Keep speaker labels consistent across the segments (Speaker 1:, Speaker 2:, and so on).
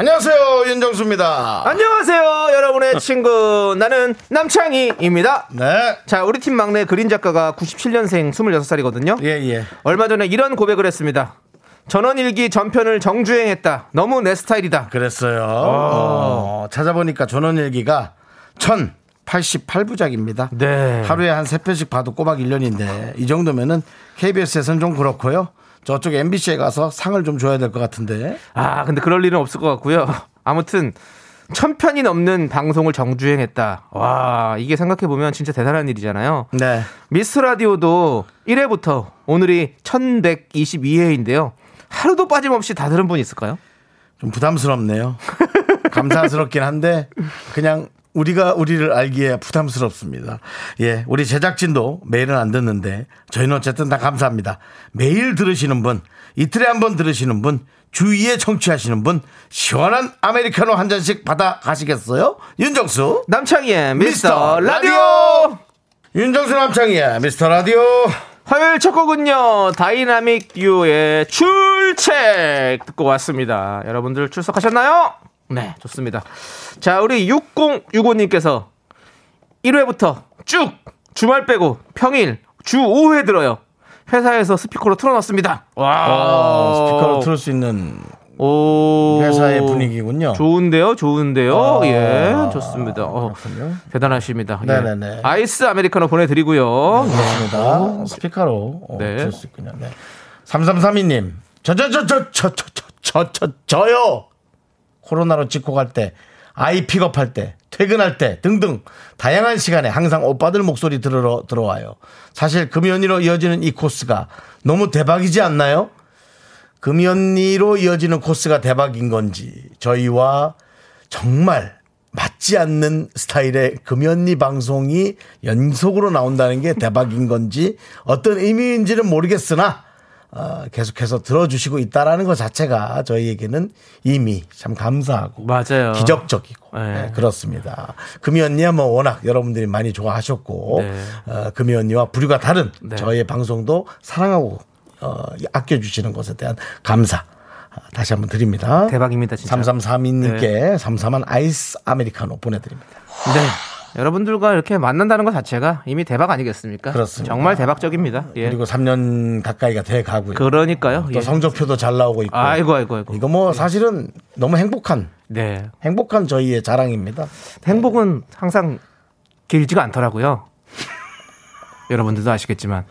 Speaker 1: 안녕하세요 윤정수입니다.
Speaker 2: 안녕하세요, 여러분의 친구. 나는 남창희입니다.
Speaker 1: 네.
Speaker 2: 자, 우리 팀 막내 그린 작가가 97년생 26살이거든요.
Speaker 1: 예예.
Speaker 2: 얼마 전에 이런 고백을 했습니다. 전원일기 전편을 정주행했다. 너무 내 스타일이다.
Speaker 1: 그랬어요. 어, 찾아보니까 전원 일기가 1088부작입니다.
Speaker 2: 네.
Speaker 1: 하루에 한 세편씩 봐도 꼬박 1년인데 이 정도면은 KBS에선 좀 그렇고요. 저쪽 MBC에 가서 상을 좀 줘야 될 것 같은데.
Speaker 2: 아, 근데 그럴 일은 없을 것 같고요. 아무튼 천 편이 넘는 방송을 정주행했다. 와, 이게 생각해 보면 진짜 대단한 일이잖아요.
Speaker 1: 네.
Speaker 2: 미스 라디오도 1회부터 오늘이 1122회인데요. 하루도 빠짐없이 다 들은 분 있을까요?
Speaker 1: 좀 부담스럽네요. 감사스럽긴 한데 그냥 우리가 우리를 알기에 부담스럽습니다. 예, 우리 제작진도 매일은 안 듣는데 저희는 어쨌든 다 감사합니다. 매일 들으시는 분, 이틀에 한 번 들으시는 분, 주위에 청취하시는 분, 시원한 아메리카노 한 잔씩 받아 가시겠어요? 윤정수,
Speaker 2: 남창희의
Speaker 1: 미스터
Speaker 2: 미스터 라디오!
Speaker 1: 라디오! 윤정수 남창희의 미스터 라디오.
Speaker 2: 화요일 첫 곡은요, 다이나믹 듀오의 출첵 듣고 왔습니다. 여러분들 출석하셨나요? 네, 좋습니다. 자, 우리 6065님께서 1회부터 쭉 주말 빼고 평일 주 5회 들어요. 회사에서 스피커로 틀어놨습니다. 와,
Speaker 1: 아, 스피커로 틀을 수 있는
Speaker 2: 오.
Speaker 1: 회사의 분위기군요.
Speaker 2: 좋은데요, 좋은데요.
Speaker 1: 아,
Speaker 2: 예, 좋습니다. 어,
Speaker 1: 그렇군요.
Speaker 2: 대단하십니다. 예.
Speaker 1: 네네네. 네.
Speaker 2: 아이스 아메리카노 보내드리고요.
Speaker 1: 그렇습니다. 스피커로 어,
Speaker 2: 네.
Speaker 1: 들을 수 있군요. 네. 3332님. 저, 저, 저, 저, 저, 저, 저, 저, 저, 저요! 코로나로 직고 갈 때, 아이 픽업할 때, 퇴근할 때 등등 다양한 시간에 항상 오빠들 목소리 들으러 들어와요. 사실 금연이로 이어지는 이 코스가 너무 대박이지 않나요? 금연리로 이어지는 코스가 대박인 건지 저희와 정말 맞지 않는 스타일의 금연리 방송이 연속으로 나온다는 게 대박인 건지 어떤 의미인지는 모르겠으나 어, 계속해서 들어주시고 있다라는 것 자체가 저희에게는 이미 참 감사하고
Speaker 2: 맞아요.
Speaker 1: 기적적이고
Speaker 2: 어. 네.
Speaker 1: 네, 그렇습니다. 금연리야 뭐 워낙 여러분들이 많이 좋아하셨고
Speaker 2: 네.
Speaker 1: 어, 금연리와 부류가 다른
Speaker 2: 네.
Speaker 1: 저희의 방송도 사랑하고 어, 아껴주시는 것에 대한 감사 아, 다시 한번 드립니다.
Speaker 2: 대박입니다, 진짜.
Speaker 1: 3332님께 삼삼한 아이스 아메리카노 보내드립니다.
Speaker 2: 네. 여러분들과 이렇게 만난다는 것 자체가 이미 대박 아니겠습니까?
Speaker 1: 그렇습니다.
Speaker 2: 정말 대박적입니다. 예.
Speaker 1: 그리고 3년 가까이가 돼 가고요.
Speaker 2: 그러니까요.
Speaker 1: 또
Speaker 2: 예.
Speaker 1: 성적표도 잘 나오고 있고.
Speaker 2: 아이고, 아이고, 아이고.
Speaker 1: 이거 뭐 사실은 너무 행복한
Speaker 2: 네.
Speaker 1: 행복한 저희의 자랑입니다.
Speaker 2: 행복은 항상 길지가 않더라고요. 여러분들도 아시겠지만.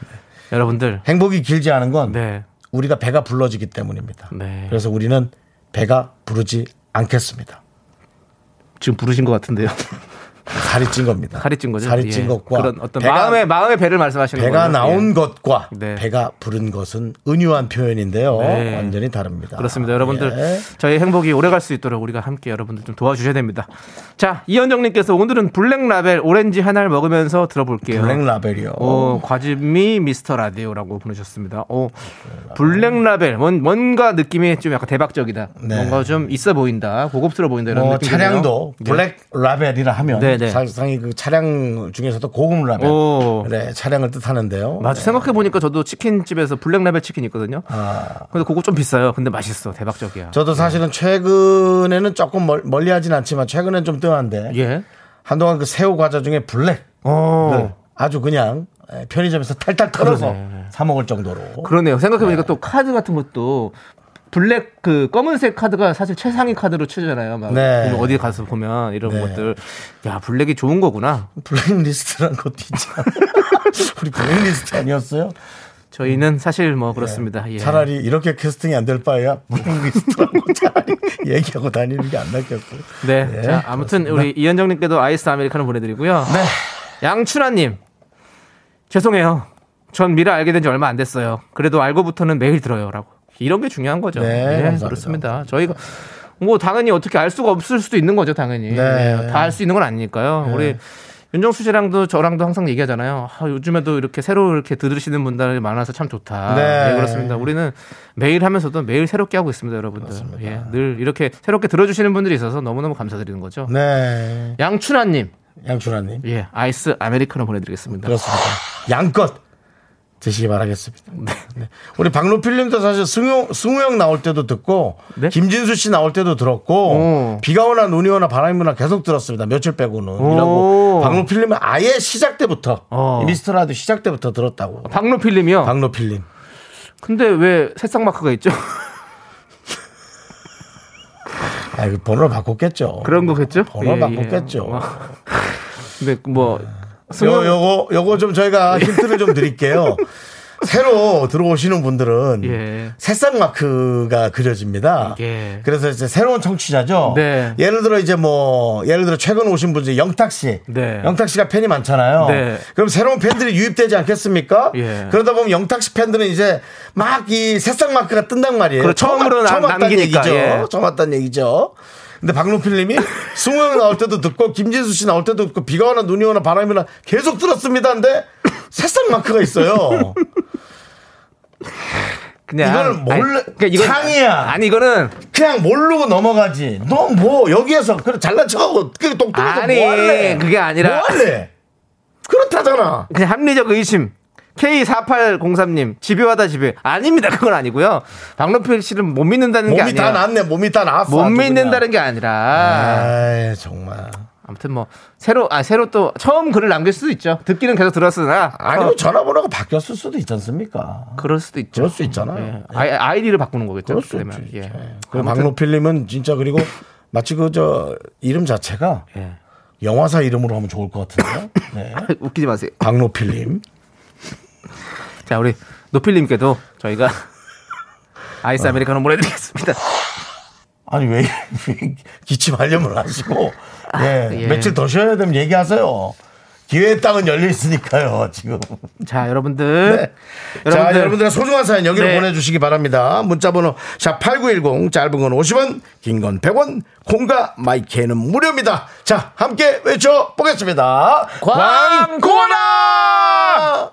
Speaker 2: 네. 여러분들.
Speaker 1: 행복이 길지 않은 건
Speaker 2: 네.
Speaker 1: 우리가 배가 불러지기 때문입니다.
Speaker 2: 네.
Speaker 1: 그래서 우리는 배가 부르지 않겠습니다.
Speaker 2: 지금 부르신 것 같은데요.
Speaker 1: 살이 찐 겁니다.
Speaker 2: 살이 찐 거죠?
Speaker 1: 살이 찐
Speaker 2: 예.
Speaker 1: 것과
Speaker 2: 그런 어떤
Speaker 1: 배가-
Speaker 2: 마음의 마음의 배를 말씀하시는
Speaker 1: 배가
Speaker 2: 거예요.
Speaker 1: 나온
Speaker 2: 예.
Speaker 1: 것과
Speaker 2: 네.
Speaker 1: 배가 부른 것은 은유한 표현인데요.
Speaker 2: 네.
Speaker 1: 완전히 다릅니다.
Speaker 2: 그렇습니다. 여러분들
Speaker 1: 예.
Speaker 2: 저희 행복이 오래 갈 수 있도록 우리가 함께 여러분들 좀 도와주셔야 됩니다. 자, 이현정 님께서 오늘은 블랙라벨 오렌지 하나를 먹으면서 들어볼게요.
Speaker 1: 블랙라벨이요.
Speaker 2: 어, 과즙미 미스터 라디오라고 보내셨습니다. 어, 블랙라벨. 뭔, 뭔가 느낌이 좀 약간 대박적이다.
Speaker 1: 네.
Speaker 2: 뭔가 좀 있어 보인다. 고급스러워 보인다. 이런
Speaker 1: 뭐
Speaker 2: 느낌.
Speaker 1: 차량도 블랙라벨이라 하면
Speaker 2: 네네.
Speaker 1: 사실상 그 차량 중에서도 고급 라벨
Speaker 2: 오.
Speaker 1: 네, 차량을 뜻하는데요.
Speaker 2: 맞아. 생각해보니까 저도 치킨집에서 블랙라벨 치킨 있거든요.
Speaker 1: 아,
Speaker 2: 근데 그거 좀 비싸요. 근데 맛있어. 대박적이야.
Speaker 1: 저도 사실은 최근에는 조금 멀, 리하진 않지만 최근엔 좀 뜸한데
Speaker 2: 예.
Speaker 1: 한동안 그 새우 과자 중에 블랙
Speaker 2: 어.
Speaker 1: 아주 그냥 예, 편의점에서 탈탈 털어서 사 먹을 정도로
Speaker 2: 그러네요. 생각해보니까 또 카드 같은 것도 블랙 그 검은색 카드가 사실 최상위 카드로 치잖아요. 막
Speaker 1: 네.
Speaker 2: 어디 가서 보면 이런
Speaker 1: 네.
Speaker 2: 것들 야 블랙이 좋은 거구나.
Speaker 1: 블랙리스트라는 것도 있잖아. 우리 블랙리스트 아니었어요?
Speaker 2: 저희는 사실 뭐 그렇습니다. 예.
Speaker 1: 음. 네. 차라리 이렇게 캐스팅이 안 될 바에야 블랙리스트라고 차라리 얘기하고 다니는 게 안 낫겠어요.
Speaker 2: 네.
Speaker 1: 네,
Speaker 2: 자, 아무튼 우리 이현정님께도 아이스 아메리카노 보내드리고요. 네. 양춘아님 죄송해요. 전 미라 알게 된 지 얼마 안 됐어요. 그래도 알고부터는 매일 들어요라고. 이런 게 중요한 거죠.
Speaker 1: 네,
Speaker 2: 예,
Speaker 1: 감사합니다.
Speaker 2: 그렇습니다. 저희가 뭐 당연히 어떻게 알 수가 없을 수도 있는 거죠, 당연히.
Speaker 1: 네.
Speaker 2: 다 알 수 있는 건 아니니까요. 우리 윤정수 씨랑도 저랑도 항상 얘기하잖아요. 아, 요즘에도 이렇게 새로 이렇게 들으시는 분들이 많아서 참 좋다.
Speaker 1: 네.
Speaker 2: 네. 그렇습니다. 우리는 매일 하면서도 매일 새롭게 하고 있습니다, 여러분들. 예, 늘 이렇게 새롭게 들어주시는 분들이 있어서 너무너무 감사드리는 거죠.
Speaker 1: 네.
Speaker 2: 양춘아님,
Speaker 1: 양준하님.
Speaker 2: 예, 아이스 아메리카노 보내드리겠습니다.
Speaker 1: 그렇습니다. 양껏 드시기 바라겠습니다. 네. 우리 박로필님도 사실 승우, 승우 형 나올 때도 듣고
Speaker 2: 네?
Speaker 1: 김진수 씨 나올 때도 들었고
Speaker 2: 오.
Speaker 1: 비가 오나 눈이 오나 바람이 오나 계속 들었습니다. 며칠 빼고는 이라고 박로필님은 아예 시작 때부터
Speaker 2: 어.
Speaker 1: 이 미스터라도 시작 때부터 들었다고.
Speaker 2: 박로필님이요.
Speaker 1: 박로필님.
Speaker 2: 근데 왜 새싹 마크가 있죠?
Speaker 1: 아, 이거 번호를 바꿨겠죠.
Speaker 2: 그런 거겠죠?
Speaker 1: 번호 바꿨겠죠. 네.
Speaker 2: 어. 근데 뭐
Speaker 1: 요,
Speaker 2: 승용
Speaker 1: 요거, 요거 좀 저희가 힌트를 좀 드릴게요. 새로 들어오시는 분들은
Speaker 2: 예.
Speaker 1: 새싹 마크가 그려집니다.
Speaker 2: 예.
Speaker 1: 그래서 이제 새로운 청취자죠.
Speaker 2: 네.
Speaker 1: 예를 들어 이제 뭐 예를 들어 최근 오신 분 중에 영탁 씨,
Speaker 2: 네.
Speaker 1: 영탁 씨가 팬이 많잖아요.
Speaker 2: 네.
Speaker 1: 그럼 새로운 팬들이 유입되지 않겠습니까?
Speaker 2: 예.
Speaker 1: 그러다 보면 영탁 씨 팬들은 이제 막 이 새싹 마크가 뜬단 말이에요.
Speaker 2: 그렇죠. 처음으로
Speaker 1: 처음
Speaker 2: 남-
Speaker 1: 왔다는
Speaker 2: 남기니까,
Speaker 1: 얘기죠.
Speaker 2: 예.
Speaker 1: 처음 왔다는 얘기죠. 근데 박로필님이 승우 형 나올 때도 듣고 김진수 씨 나올 때도 듣고 비가 오나 눈이 오나 바람이 오나 계속 들었습니다. 근데 새싹 마크가 있어요.
Speaker 2: 그냥 그러니까
Speaker 1: 이거는 몰래- 창이야.
Speaker 2: 아니 이거는
Speaker 1: 그냥 모르고 넘어가지. 너 뭐 여기에서 그래 잘난 척하고 그똑똑해서
Speaker 2: 아니,
Speaker 1: 뭐 할래?
Speaker 2: 그게
Speaker 1: 뭐
Speaker 2: 아니라-
Speaker 1: 할래? 그렇다잖아.
Speaker 2: 그냥 합리적 의심. K4803님 집요하다 집요. 아닙니다. 그건 아니고요. 박로필 씨를 못 믿는다는 게
Speaker 1: 몸이 다
Speaker 2: 아니라
Speaker 1: 낫네. 몸이 다 나았어.
Speaker 2: 못
Speaker 1: 아주 그냥. 네.
Speaker 2: 믿는다는 게 아니라
Speaker 1: 아이 정말.
Speaker 2: 아무튼 뭐 새로 아 새로 또 처음 글을 남길 수도 있죠. 듣기는 계속 들었으나
Speaker 1: 아니면
Speaker 2: 처음-
Speaker 1: 전화번호가 바뀌었을 수도 있지 않습니까?
Speaker 2: 그럴 수도 있죠.
Speaker 1: 그럴 수 있잖아요.
Speaker 2: 예. 아이, 아이디를 바꾸는
Speaker 1: 네.
Speaker 2: 거겠죠.
Speaker 1: 그럴 수
Speaker 2: 그러면
Speaker 1: 있지.
Speaker 2: 예.
Speaker 1: 예. 그리고 박로필님은 진짜 그리고 마치 그 저 이름 자체가
Speaker 2: 예.
Speaker 1: 영화사 이름으로 하면 좋을 것 같은데요. 네.
Speaker 2: 웃기지 마세요.
Speaker 1: 박로필님.
Speaker 2: 자 우리 노필님께도 저희가 아이스 아메리카노
Speaker 1: 어.
Speaker 2: 보내드리겠습니다.
Speaker 1: 아니 왜, 왜 기침하려면 하시고 예,
Speaker 2: 예.
Speaker 1: 며칠 더 쉬어야 되면 얘기하세요. 기회의 땅은 열려 있으니까요. 지금 네.
Speaker 2: 자 여러분들,
Speaker 1: 자 여러분들의 소중한 사연 여기로
Speaker 2: 네.
Speaker 1: 보내주시기 바랍니다. 문자번호 샵8910 짧은 건 50원, 긴 건 100원, 콩과 마이크는 무료입니다. 자 함께 외쳐 보겠습니다. 광고나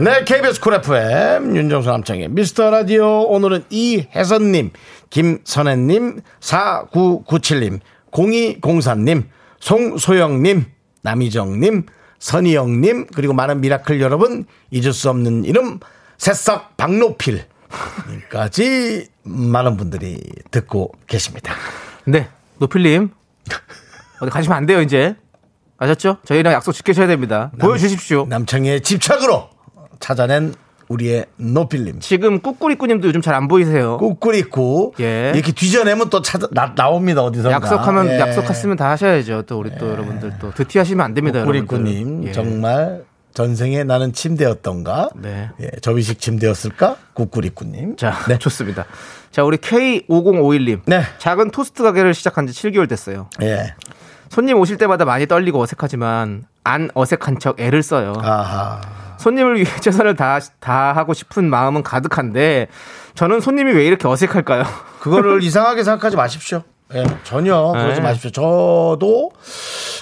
Speaker 1: 네, KBS 쿨 FM 윤정수 남창희 미스터 라디오 오늘은 이혜선님, 김선혜님, 4997님, 0204님, 송소영님, 남희정님, 선희영님 그리고 많은 미라클 여러분 잊을 수 없는 이름 새싹 박노필까지 많은 분들이 듣고 계십니다.
Speaker 2: 네 노필님 어디 가시면 안 돼요 이제 아셨죠? 저희랑 약속 지켜셔야 됩니다. 보여주십시오.
Speaker 1: 남창희의 집착으로 찾아낸 우리의 노필님.
Speaker 2: 지금 꾸꾸리꾸님도 요즘 잘 안 보이세요.
Speaker 1: 꾸꾸리꾸
Speaker 2: 예.
Speaker 1: 이렇게 뒤져내면 또 찾아 나, 나옵니다 예. 어디서
Speaker 2: 약속하면 약속했으면 다 하셔야죠. 또 우리 또 여러분들 또 드티하시면 안 됩니다. 여러분들.
Speaker 1: 예. 꾸꾸리꾸님
Speaker 2: 예.
Speaker 1: 정말 전생에 나는 침대였던가
Speaker 2: 네.
Speaker 1: 예, 접이식 침대였을까 꾸꾸리꾸님
Speaker 2: 자,
Speaker 1: 네.
Speaker 2: 좋습니다. 자, 우리 K5051님.
Speaker 1: 네.
Speaker 2: 작은 토스트 가게를 시작한 지 7개월 됐어요.
Speaker 1: 예
Speaker 2: 손님 오실 때마다 많이 떨리고 어색하지만 안 어색한 척 애를 써요.
Speaker 1: 아하
Speaker 2: 손님을 위해 최선을 다, 다 하고 싶은 마음은 가득한데 저는 손님이 왜 이렇게 어색할까요?
Speaker 1: 그거를 이상하게 생각하지 마십시오 예, 전혀 그러지
Speaker 2: 네.
Speaker 1: 마십시오 저도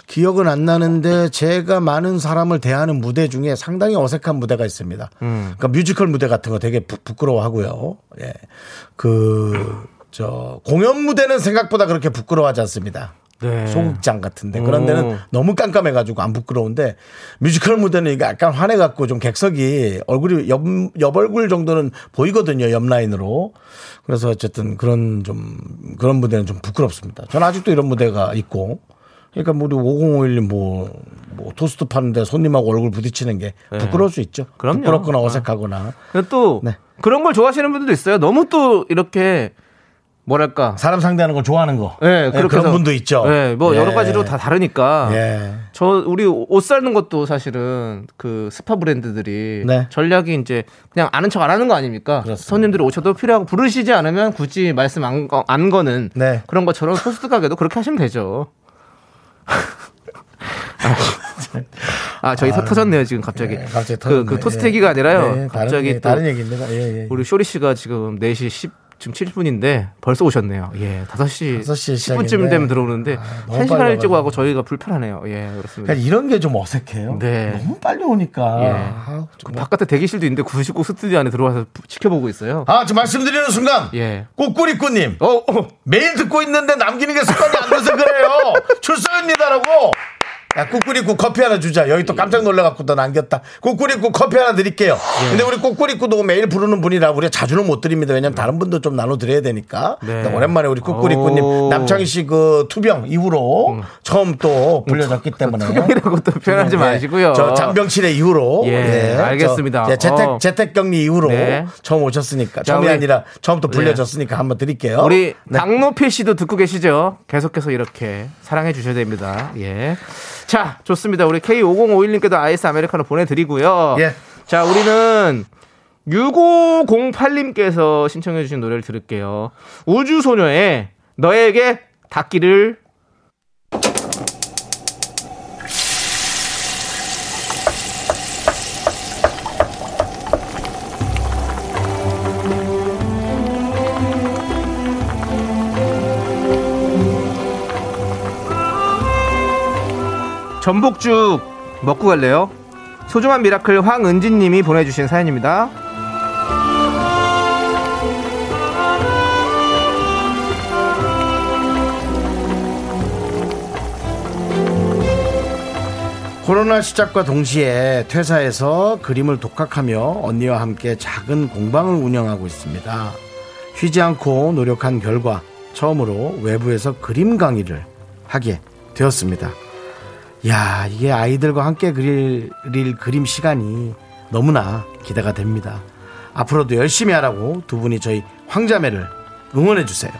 Speaker 1: 기억은 안 나는데 제가 많은 사람을 대하는 무대 중에 상당히 어색한 무대가 있습니다
Speaker 2: 음.
Speaker 1: 그러니까 뮤지컬 무대 같은 거 되게 부, 부끄러워하고요 예. 예그 저 공연 무대는 생각보다 그렇게 부끄러워하지 않습니다.
Speaker 2: 네.
Speaker 1: 소극장 같은데 그런 데는
Speaker 2: 오.
Speaker 1: 너무 깜깜해가지고 안 부끄러운데 뮤지컬 무대는 이게 약간 환해갖고 좀 객석이 얼굴이 옆, 옆 얼굴 정도는 보이거든요 옆 라인으로 그래서 어쨌든 그런 좀 그런 무대는 좀 부끄럽습니다. 저는 아직도 이런 무대가 있고 그러니까 뭐 우리 5051님 뭐, 뭐 토스트 파는데 손님하고 얼굴 부딪히는 게 부끄러울 수 있죠.
Speaker 2: 네. 그럼요. 아.
Speaker 1: 부끄럽거나 어색하거나
Speaker 2: 근데 또
Speaker 1: 네.
Speaker 2: 그런 걸 좋아하시는 분들도 있어요. 너무 또 이렇게 뭐랄까.
Speaker 1: 사람 상대하는 걸 좋아하는 거.
Speaker 2: 예,
Speaker 1: 예,
Speaker 2: 그렇게
Speaker 1: 그런
Speaker 2: 해서-
Speaker 1: 분도 있죠.
Speaker 2: 예, 뭐
Speaker 1: 예.
Speaker 2: 여러 가지로 다 다르니까.
Speaker 1: 예.
Speaker 2: 저 우리 옷 사는 것도 사실은 그 스파 브랜드들이
Speaker 1: 네.
Speaker 2: 전략이 이제 그냥 아는 척 안 하는 거 아닙니까?
Speaker 1: 그렇습니다.
Speaker 2: 손님들이 오셔도 필요하고 부르시지 않으면 굳이 말씀 안, 거, 안 거는
Speaker 1: 네.
Speaker 2: 그런 것처럼 토스트 가게도 그렇게 하시면 되죠. 아 저희 터- 터졌네요 지금 갑자기.
Speaker 1: 예, 갑자기
Speaker 2: 그,
Speaker 1: 터졌네.
Speaker 2: 그 토스트 얘기가 아니라요.
Speaker 1: 예,
Speaker 2: 갑자기
Speaker 1: 다른, 예,
Speaker 2: 또
Speaker 1: 다른 얘기입니다. 예, 예.
Speaker 2: 우리 쇼리 씨가 지금 4시 10. 지금 7분인데 벌써 오셨네요. 예, 5시,
Speaker 1: 5시
Speaker 2: 10분쯤 되면 들어오는데
Speaker 1: 아, 너무
Speaker 2: 1시간
Speaker 1: 빨리
Speaker 2: 일찍
Speaker 1: 와가지고.
Speaker 2: 와고 저희가 불편하네요. 예, 그렇습니다.
Speaker 1: 그냥 그러니까 이런 게 좀 어색해요.
Speaker 2: 네.
Speaker 1: 너무 빨리 오니까.
Speaker 2: 예.
Speaker 1: 아우,
Speaker 2: 그
Speaker 1: 정말.
Speaker 2: 바깥에 대기실도 있는데 99 스튜디오 안에 들어와서 부- 지켜보고 있어요.
Speaker 1: 아, 지금 말씀드리는 순간.
Speaker 2: 예.
Speaker 1: 꼬꾸리꾸님.
Speaker 2: 어, 어.
Speaker 1: 매일 듣고 있는데 남기는 게 습관이 안 돼서 그래요. 출석입니다라고. 야, 꾸꾸리꾸 커피 하나 주자. 여기 또 깜짝 놀라갖고 또 남겼다. 꾸꾸리꾸 커피 하나 드릴게요.
Speaker 2: 예.
Speaker 1: 근데 우리 꾸꾸리꾸도 매일 부르는 분이라 우리가 자주는 못 드립니다. 왜냐면 다른 분도 좀 나눠드려야 되니까.
Speaker 2: 네.
Speaker 1: 근데 오랜만에 우리 꾸꾸리꾸님
Speaker 2: 오.
Speaker 1: 남창희 씨 그 투병 이후로 처음 또 불려졌기 때문에.
Speaker 2: 투병이라고 또 표현하지
Speaker 1: 예,
Speaker 2: 마시고요.
Speaker 1: 저 잔병실의 이후로.
Speaker 2: 예, 알겠습니다.
Speaker 1: 저, 예, 재택,
Speaker 2: 어.
Speaker 1: 재택격리 이후로
Speaker 2: 네.
Speaker 1: 처음 오셨으니까.
Speaker 2: 자,
Speaker 1: 처음이
Speaker 2: 우리- 예.
Speaker 1: 아니라 처음 또 불려졌으니까 한번 드릴게요.
Speaker 2: 우리
Speaker 1: 네.
Speaker 2: 박노필 씨도 듣고 계시죠? 계속해서 이렇게 사랑해 주셔야 됩니다. 예. 자, 좋습니다. 우리 K5051님께도 아이스 아메리카노 보내드리고요.
Speaker 1: 예.
Speaker 2: 자, 우리는 6508님께서 신청해 주신 노래를 들을게요. 우주소녀의 너에게 닿기를 전복죽 먹고 갈래요? 소중한 미라클 황은진님이 보내주신 사연입니다.
Speaker 1: 코로나 시작과 동시에 퇴사해서 그림을 독학하며 언니와 함께 작은 공방을 운영하고 있습니다. 쉬지 않고 노력한 결과 처음으로 외부에서 그림 강의를 하게 되었습니다. 야, 이게 아이들과 함께 그릴 그릴 그림 시간이 너무나 기대가 됩니다. 앞으로도 열심히 하라고 두 분이 저희 황자매를 응원해 주세요.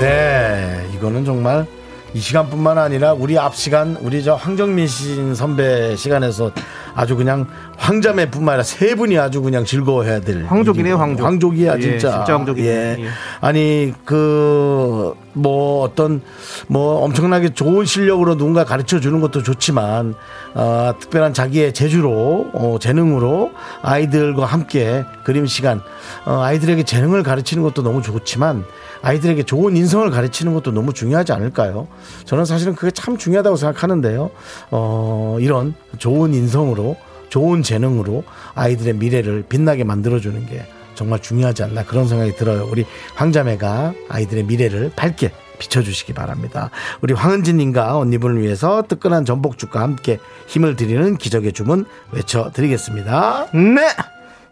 Speaker 1: 네, 이거는 정말 이 시간뿐만 아니라 우리 앞 시간 우리 저 황정민 씨 선배 시간에서 아주 그냥 황자매뿐만 아니라 세 분이 아주 그냥 즐거워해야 될
Speaker 2: 황족이네요,
Speaker 1: 일이고.
Speaker 2: 황족.
Speaker 1: 황족이야
Speaker 2: 예,
Speaker 1: 진짜
Speaker 2: 진짜 황족이네. 예.
Speaker 1: 아니 그 뭐 어떤 뭐 엄청나게 좋은 실력으로 누군가 가르쳐 주는 것도 좋지만 아, 특별한 자기의 재주로 어, 재능으로 아이들과 함께 그림 시간 어, 아이들에게 재능을 가르치는 것도 너무 좋지만 아이들에게 좋은 인성을 가르치는 것도 너무 중요하지 않을까요? 저는 사실은 그게 참 중요하다고 생각하는데요. 어, 이런 좋은 인성으로 좋은 재능으로 아이들의 미래를 빛나게 만들어주는 게 정말 중요하지 않나 그런 생각이 들어요. 우리 황자매가 아이들의 미래를 밝게 비춰주시기 바랍니다. 우리 황은진님과 언니분을 위해서 뜨끈한 전복죽과 함께 힘을 드리는 기적의 주문 외쳐드리겠습니다.
Speaker 2: 네!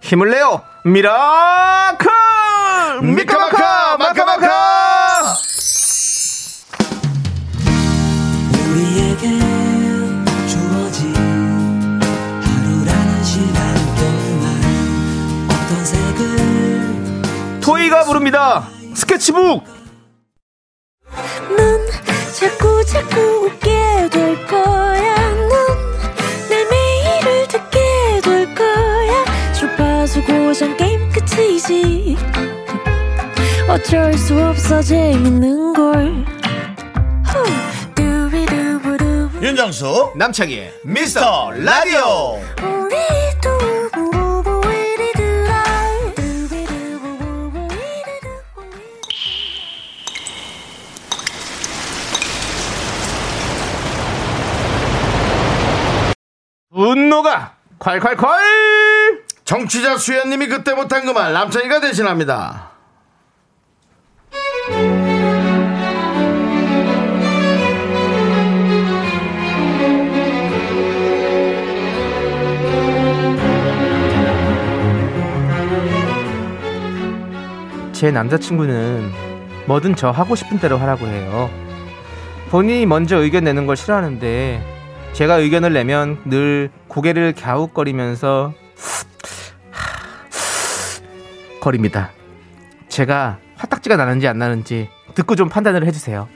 Speaker 2: 힘을 내요! 미라클! 미카마카! 마카마카!
Speaker 3: 우리에게 주어진 하루라는 시간 동안 어떤 색을
Speaker 2: 토이가 부릅니다! 스케치북!
Speaker 4: 넌 자꾸 자꾸 웃게 될 거야. 넌내 매일을 듣게 될 거야. 주파수 고정 게임 끝이지. 어쩔 수 없어 재밌는 걸. 후. 두비두부두.
Speaker 1: 윤정수 어, 남창희의 미스터 라디오
Speaker 4: 우리 두부부부 우리 두라. 두비두부부부 우리 두부부.
Speaker 2: 분노가 콸콸콸!
Speaker 1: 정취자 수현님이 그때 못한 그 말 남창희가 대신합니다.
Speaker 2: 제 남자친구는 뭐든 저 하고 싶은 대로 하라고 해요. 본인이 먼저 의견 내는 걸 싫어하는데 제가 의견을 내면 늘 고개를 갸웃거리면서 거립니다. 제가 화딱지가 나는지 안 나는지 듣고 좀 판단을 해주세요.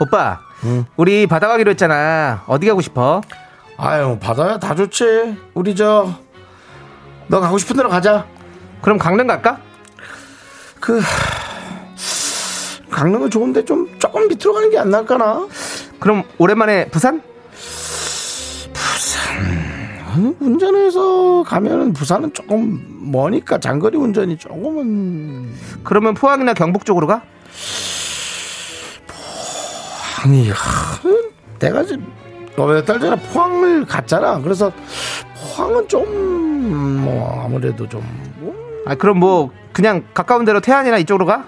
Speaker 2: 오빠, 우리 바다 가기로 했잖아. 어디 가고 싶어?
Speaker 1: 아유 바다야 다 좋지 우리 저 너 가고 싶은 데로 가자
Speaker 2: 그럼 강릉 갈까?
Speaker 1: 그 강릉은 좋은데 좀 조금 밑으로 가는 게 안 나을까나
Speaker 2: 그럼 오랜만에 부산?
Speaker 1: 아니, 운전해서 가면은 부산은 조금 머니까 장거리 운전이 조금은
Speaker 2: 그러면 포항이나 경북 쪽으로 가?
Speaker 1: 아니 하, 내가 지금 몇 달 전에 포항을 갔잖아 그래서 포항은 좀 뭐 아무래도 좀 뭐,
Speaker 2: 아, 그럼 뭐 그냥 가까운 데로 태안이나 이쪽으로 가?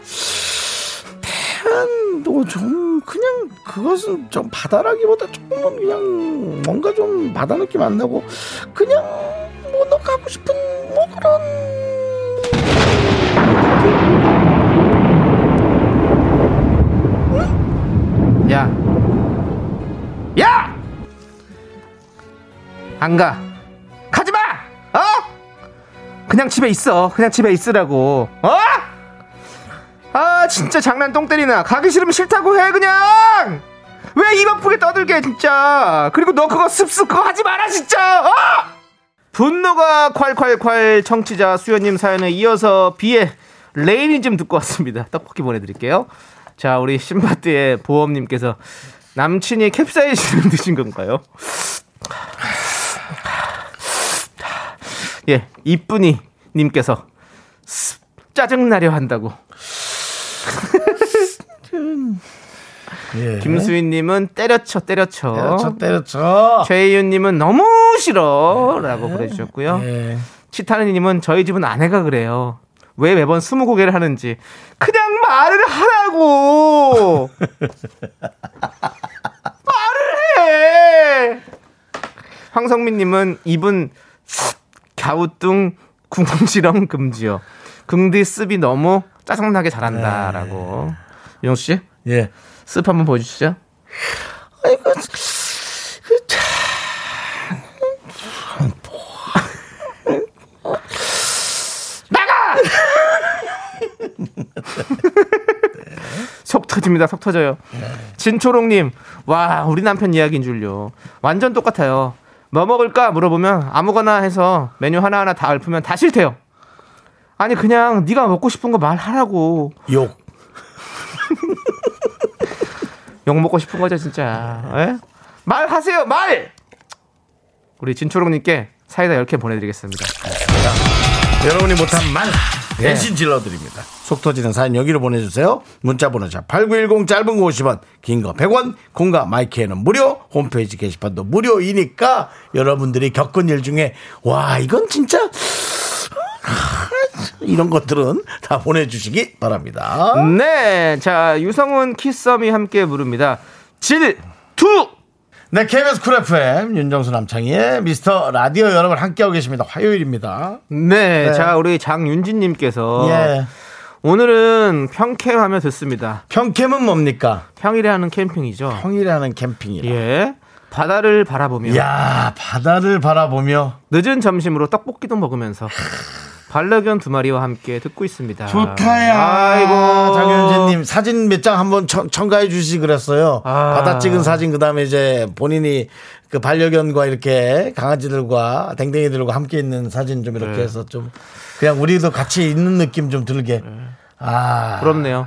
Speaker 1: 태안도 음, 좀 그냥 그것은 좀 바다라기보다 조금은 그냥 뭔가 좀 바다 느낌 안 나고 그냥 뭐 너 가고 싶은 뭐 그런
Speaker 2: 야. 야! 안 가. 가지 마! 어? 그냥 집에 있어. 그냥 집에 있으라고. 어? 아, 진짜 장난 똥 때리나. 가기 싫으면 싫다고 해, 그냥! 왜 입 아프게 떠들게, 진짜! 그리고 너 그거 습습 그거 하지 마라, 진짜! 어! 분노가 콸콸콸 청취자 수연님 사연에 이어서 비의 레인이즘 듣고 왔습니다. 떡볶이 보내드릴게요. 자, 우리 신바트의 보험님께서 남친이 캡사이신을 드신 건가요? 예, 이쁜이 님께서 스- 짜증나려 한다고.
Speaker 1: 예.
Speaker 2: 김수인 님은 때려쳐, 때려쳐.
Speaker 1: 때려쳐 때려쳐
Speaker 2: 최희윤 님은 너무 싫어. 라고 보내주셨고요.
Speaker 1: 예.
Speaker 2: 치타르님은 저희 집은 아내가 그래요. 왜 매번 스무 고개를 하는지 그냥 말을 하라고 말을 해. 황성민님은 입은 갸우뚱 궁시렁 금지요. 긍디 습이 너무 짜증나게 잘한다라고. 윤영 씨,
Speaker 1: 예.
Speaker 2: 습 한번 보여주시죠.
Speaker 1: 아이고, 그, 자,
Speaker 2: 속 터집니다. 속 터져요. 진초롱님, 와 우리 남편 이야기인 줄요. 완전 똑같아요. 뭐 먹을까 물어보면 아무거나 해서 메뉴 하나 하나 다 읊으면 다 싫대요. 아니 그냥 네가 먹고 싶은 거 말하라고.
Speaker 1: 욕.
Speaker 2: 욕 먹고 싶은 거죠 진짜. 예? 말하세요 말. 우리 진초롱님께 사이다 10개 보내드리겠습니다.
Speaker 1: 여러분이 못한 말 대신 질러드립니다. 예. 속 터지는 사연 여기로 보내주세요. 문자번호 샵8910 짧은 거 50원, 긴 거 100원, 공과 마이크에는 무료, 홈페이지 게시판도 무료이니까 여러분들이 겪은 일 중에 와, 이건 진짜 이런 것들은 다 보내주시기 바랍니다.
Speaker 2: 네, 자 유성훈 키썸이 함께 부릅니다. 질투.
Speaker 1: 네, KBS 쿨 FM 윤정수 남창희의 미스터 라디오 여러분 함께하고 계십니다. 화요일입니다.
Speaker 2: 네,
Speaker 1: 네.
Speaker 2: 자 우리 장윤진님께서
Speaker 1: 예.
Speaker 2: 오늘은 평캠하며 듣습니다.
Speaker 1: 평캠은 뭡니까?
Speaker 2: 평일에 하는 캠핑이죠.
Speaker 1: 평일에 하는 캠핑이라.
Speaker 2: 예. 바다를 바라보며
Speaker 1: 야 바다를 바라보며
Speaker 2: 늦은 점심으로 떡볶이도 먹으면서 반려견 두 마리와 함께 듣고 있습니다.
Speaker 1: 아이고 장현진님 사진 몇 장 한번 첨- 첨가해 주시 기 그랬어요.
Speaker 2: 아.
Speaker 1: 바다 찍은 사진 그다음에 이제 본인이 그 반려견과 이렇게 강아지들과 댕댕이들과 함께 있는 사진 좀
Speaker 2: 네.
Speaker 1: 이렇게 해서 좀 그냥 우리도 같이 있는 느낌 좀 들게.
Speaker 2: 네.
Speaker 1: 아
Speaker 2: 부럽네요.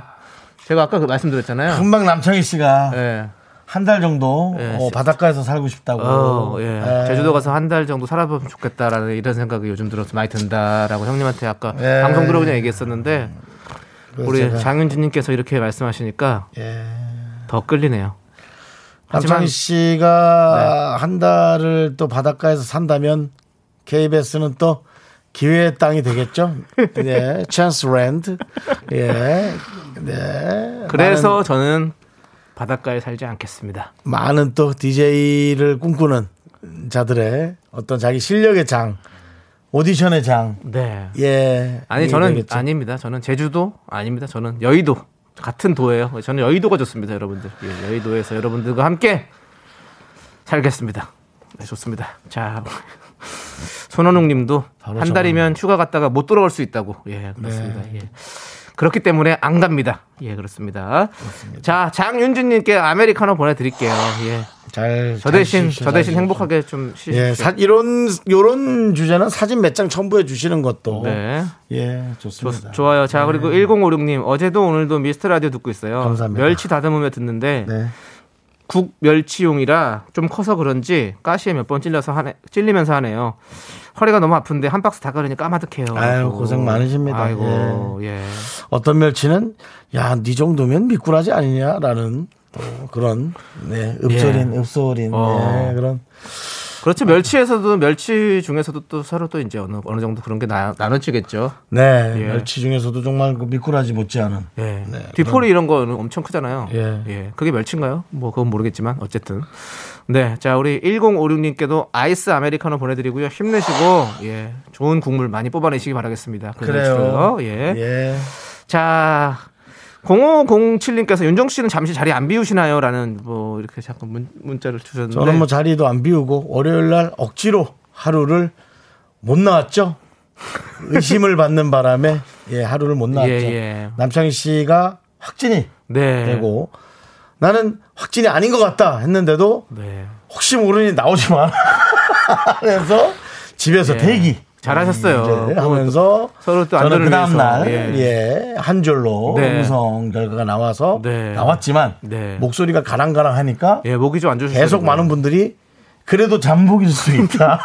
Speaker 2: 제가 아까 그 말씀드렸잖아요.
Speaker 1: 금방 남창희 씨가
Speaker 2: 예.
Speaker 1: 한 달 정도
Speaker 2: 예.
Speaker 1: 어, 바닷가에서 살고 싶다고.
Speaker 2: 어, 예.
Speaker 1: 예.
Speaker 2: 제주도 가서 한 달 정도 살아보면 좋겠다라는 이런 생각이 요즘 들어서 많이 든다라고 형님한테 아까
Speaker 1: 예.
Speaker 2: 방송 들어 그냥 얘기했었는데
Speaker 1: 그래서
Speaker 2: 우리
Speaker 1: 제가 예.
Speaker 2: 장윤진님께서 이렇게 말씀하시니까 더 끌리네요.
Speaker 1: 남창희
Speaker 2: 하지만- 네.
Speaker 1: 씨가 한 달을 또 바닷가에서 산다면 KBS는 또 기회의 땅이 되겠죠? 네. 찬스 랜드. 예. 네.
Speaker 2: 그래서 저는 바닷가에 살지 않겠습니다.
Speaker 1: 많은 또 DJ를 꿈꾸는 자들의 어떤 자기 실력의 장, 오디션의 장.
Speaker 2: 네.
Speaker 1: 예.
Speaker 2: 아니
Speaker 1: 이게
Speaker 2: 저는
Speaker 1: 되겠죠.
Speaker 2: 아닙니다. 저는 제주도 아닙니다. 저는 여의도 같은 도예요. 저는 여의도가 좋습니다, 여러분들. 예, 여의도에서 여러분들과 함께 살겠습니다. 네, 좋습니다. 자, 손원웅님도
Speaker 1: 바로 네.
Speaker 2: 한 달이면 휴가 갔다가 못 돌아올 수 있다고. 예, 그렇습니다. 예. 그렇기 때문에 안 갑니다. 예, 그렇습니다. 자, 장윤주님께 아메리카노 보내드릴게요. 예,
Speaker 1: 잘.
Speaker 2: 저
Speaker 1: 잘
Speaker 2: 대신
Speaker 1: 쉬-
Speaker 2: 저 대신
Speaker 1: 잘
Speaker 2: 행복하게 좀 쉬십시오.
Speaker 1: 예, 사, 이런 요런 주제는 사진 몇 장 첨부해 주시는 것도
Speaker 2: 네.
Speaker 1: 예 좋습니다. 네.
Speaker 2: 좋, 좋아요. 자, 그리고 1056님, 어제도 오늘도 미스터 라디오 듣고 있어요.
Speaker 1: 감사합니다.
Speaker 2: 멸치 다듬으며 듣는데,
Speaker 1: 네.
Speaker 2: 국 멸치용이라 좀 커서 그런지 가시에 몇 번 찔려서 하네, 찔리면서 하네요. 허리가 너무 아픈데 한 박스 다 가려니 까마득해요.
Speaker 1: 아유, 고생 많으십니다.
Speaker 2: 아이고, 예.
Speaker 1: 어떤 멸치는 야네 정도면 미꾸라지 아니냐라는 또 그런 네, 읍소린 읍소린
Speaker 2: 어.
Speaker 1: 네, 그런
Speaker 2: 그렇죠. 멸치에서도 멸치 중에서도 또 서로 또 이제 어느, 어느 정도 그런 게 나, 나눠지겠죠.
Speaker 1: 네
Speaker 2: 예.
Speaker 1: 멸치 중에서도 정말 그 미꾸라지 못지않은
Speaker 2: 예. 뒤폴이 이런 거는 엄청 크잖아요.
Speaker 1: 네, 예.
Speaker 2: 예. 그게 멸치인가요? 뭐 그건 모르겠지만 어쨌든. 네. 자, 우리 1056님께도 아이스 아메리카노 보내 드리고요. 힘내시고 예. 좋은 국물 많이 뽑아내시기 바라겠습니다.
Speaker 1: 그래요.
Speaker 2: 그래요. 예. 자, 0507님께서 윤정 씨는 잠시 자리 안 비우시나요? 라는 뭐 이렇게 자꾸 문, 문자를 주셨는데
Speaker 1: 저는 뭐 자리도 안 비우고 월요일 날 억지로 하루를 못 나왔죠. 의심을 받는 바람에 예 하루를 못 나왔죠.
Speaker 2: 예, 예.
Speaker 1: 남창희 씨가 확진이
Speaker 2: 네.
Speaker 1: 되고 나는 확진이 아닌 것 같다 했는데도
Speaker 2: 네.
Speaker 1: 혹시 모르니 나오지 마. 그래서 집에서
Speaker 2: 예.
Speaker 1: 대기.
Speaker 2: 잘하셨어요.
Speaker 1: 이제 하면서
Speaker 2: 서로 또
Speaker 1: 저는
Speaker 2: 안전을
Speaker 1: 그 다음
Speaker 2: 위해서.
Speaker 1: 날 예. 한 줄로
Speaker 2: 네.
Speaker 1: 음성 결과가 나와서
Speaker 2: 네.
Speaker 1: 나왔지만
Speaker 2: 네.
Speaker 1: 목소리가 가랑가랑 하니까
Speaker 2: 예, 목이 좀 안 좋으셨어요.
Speaker 1: 계속 많은 분들이 그래도 잠복일 수 있다.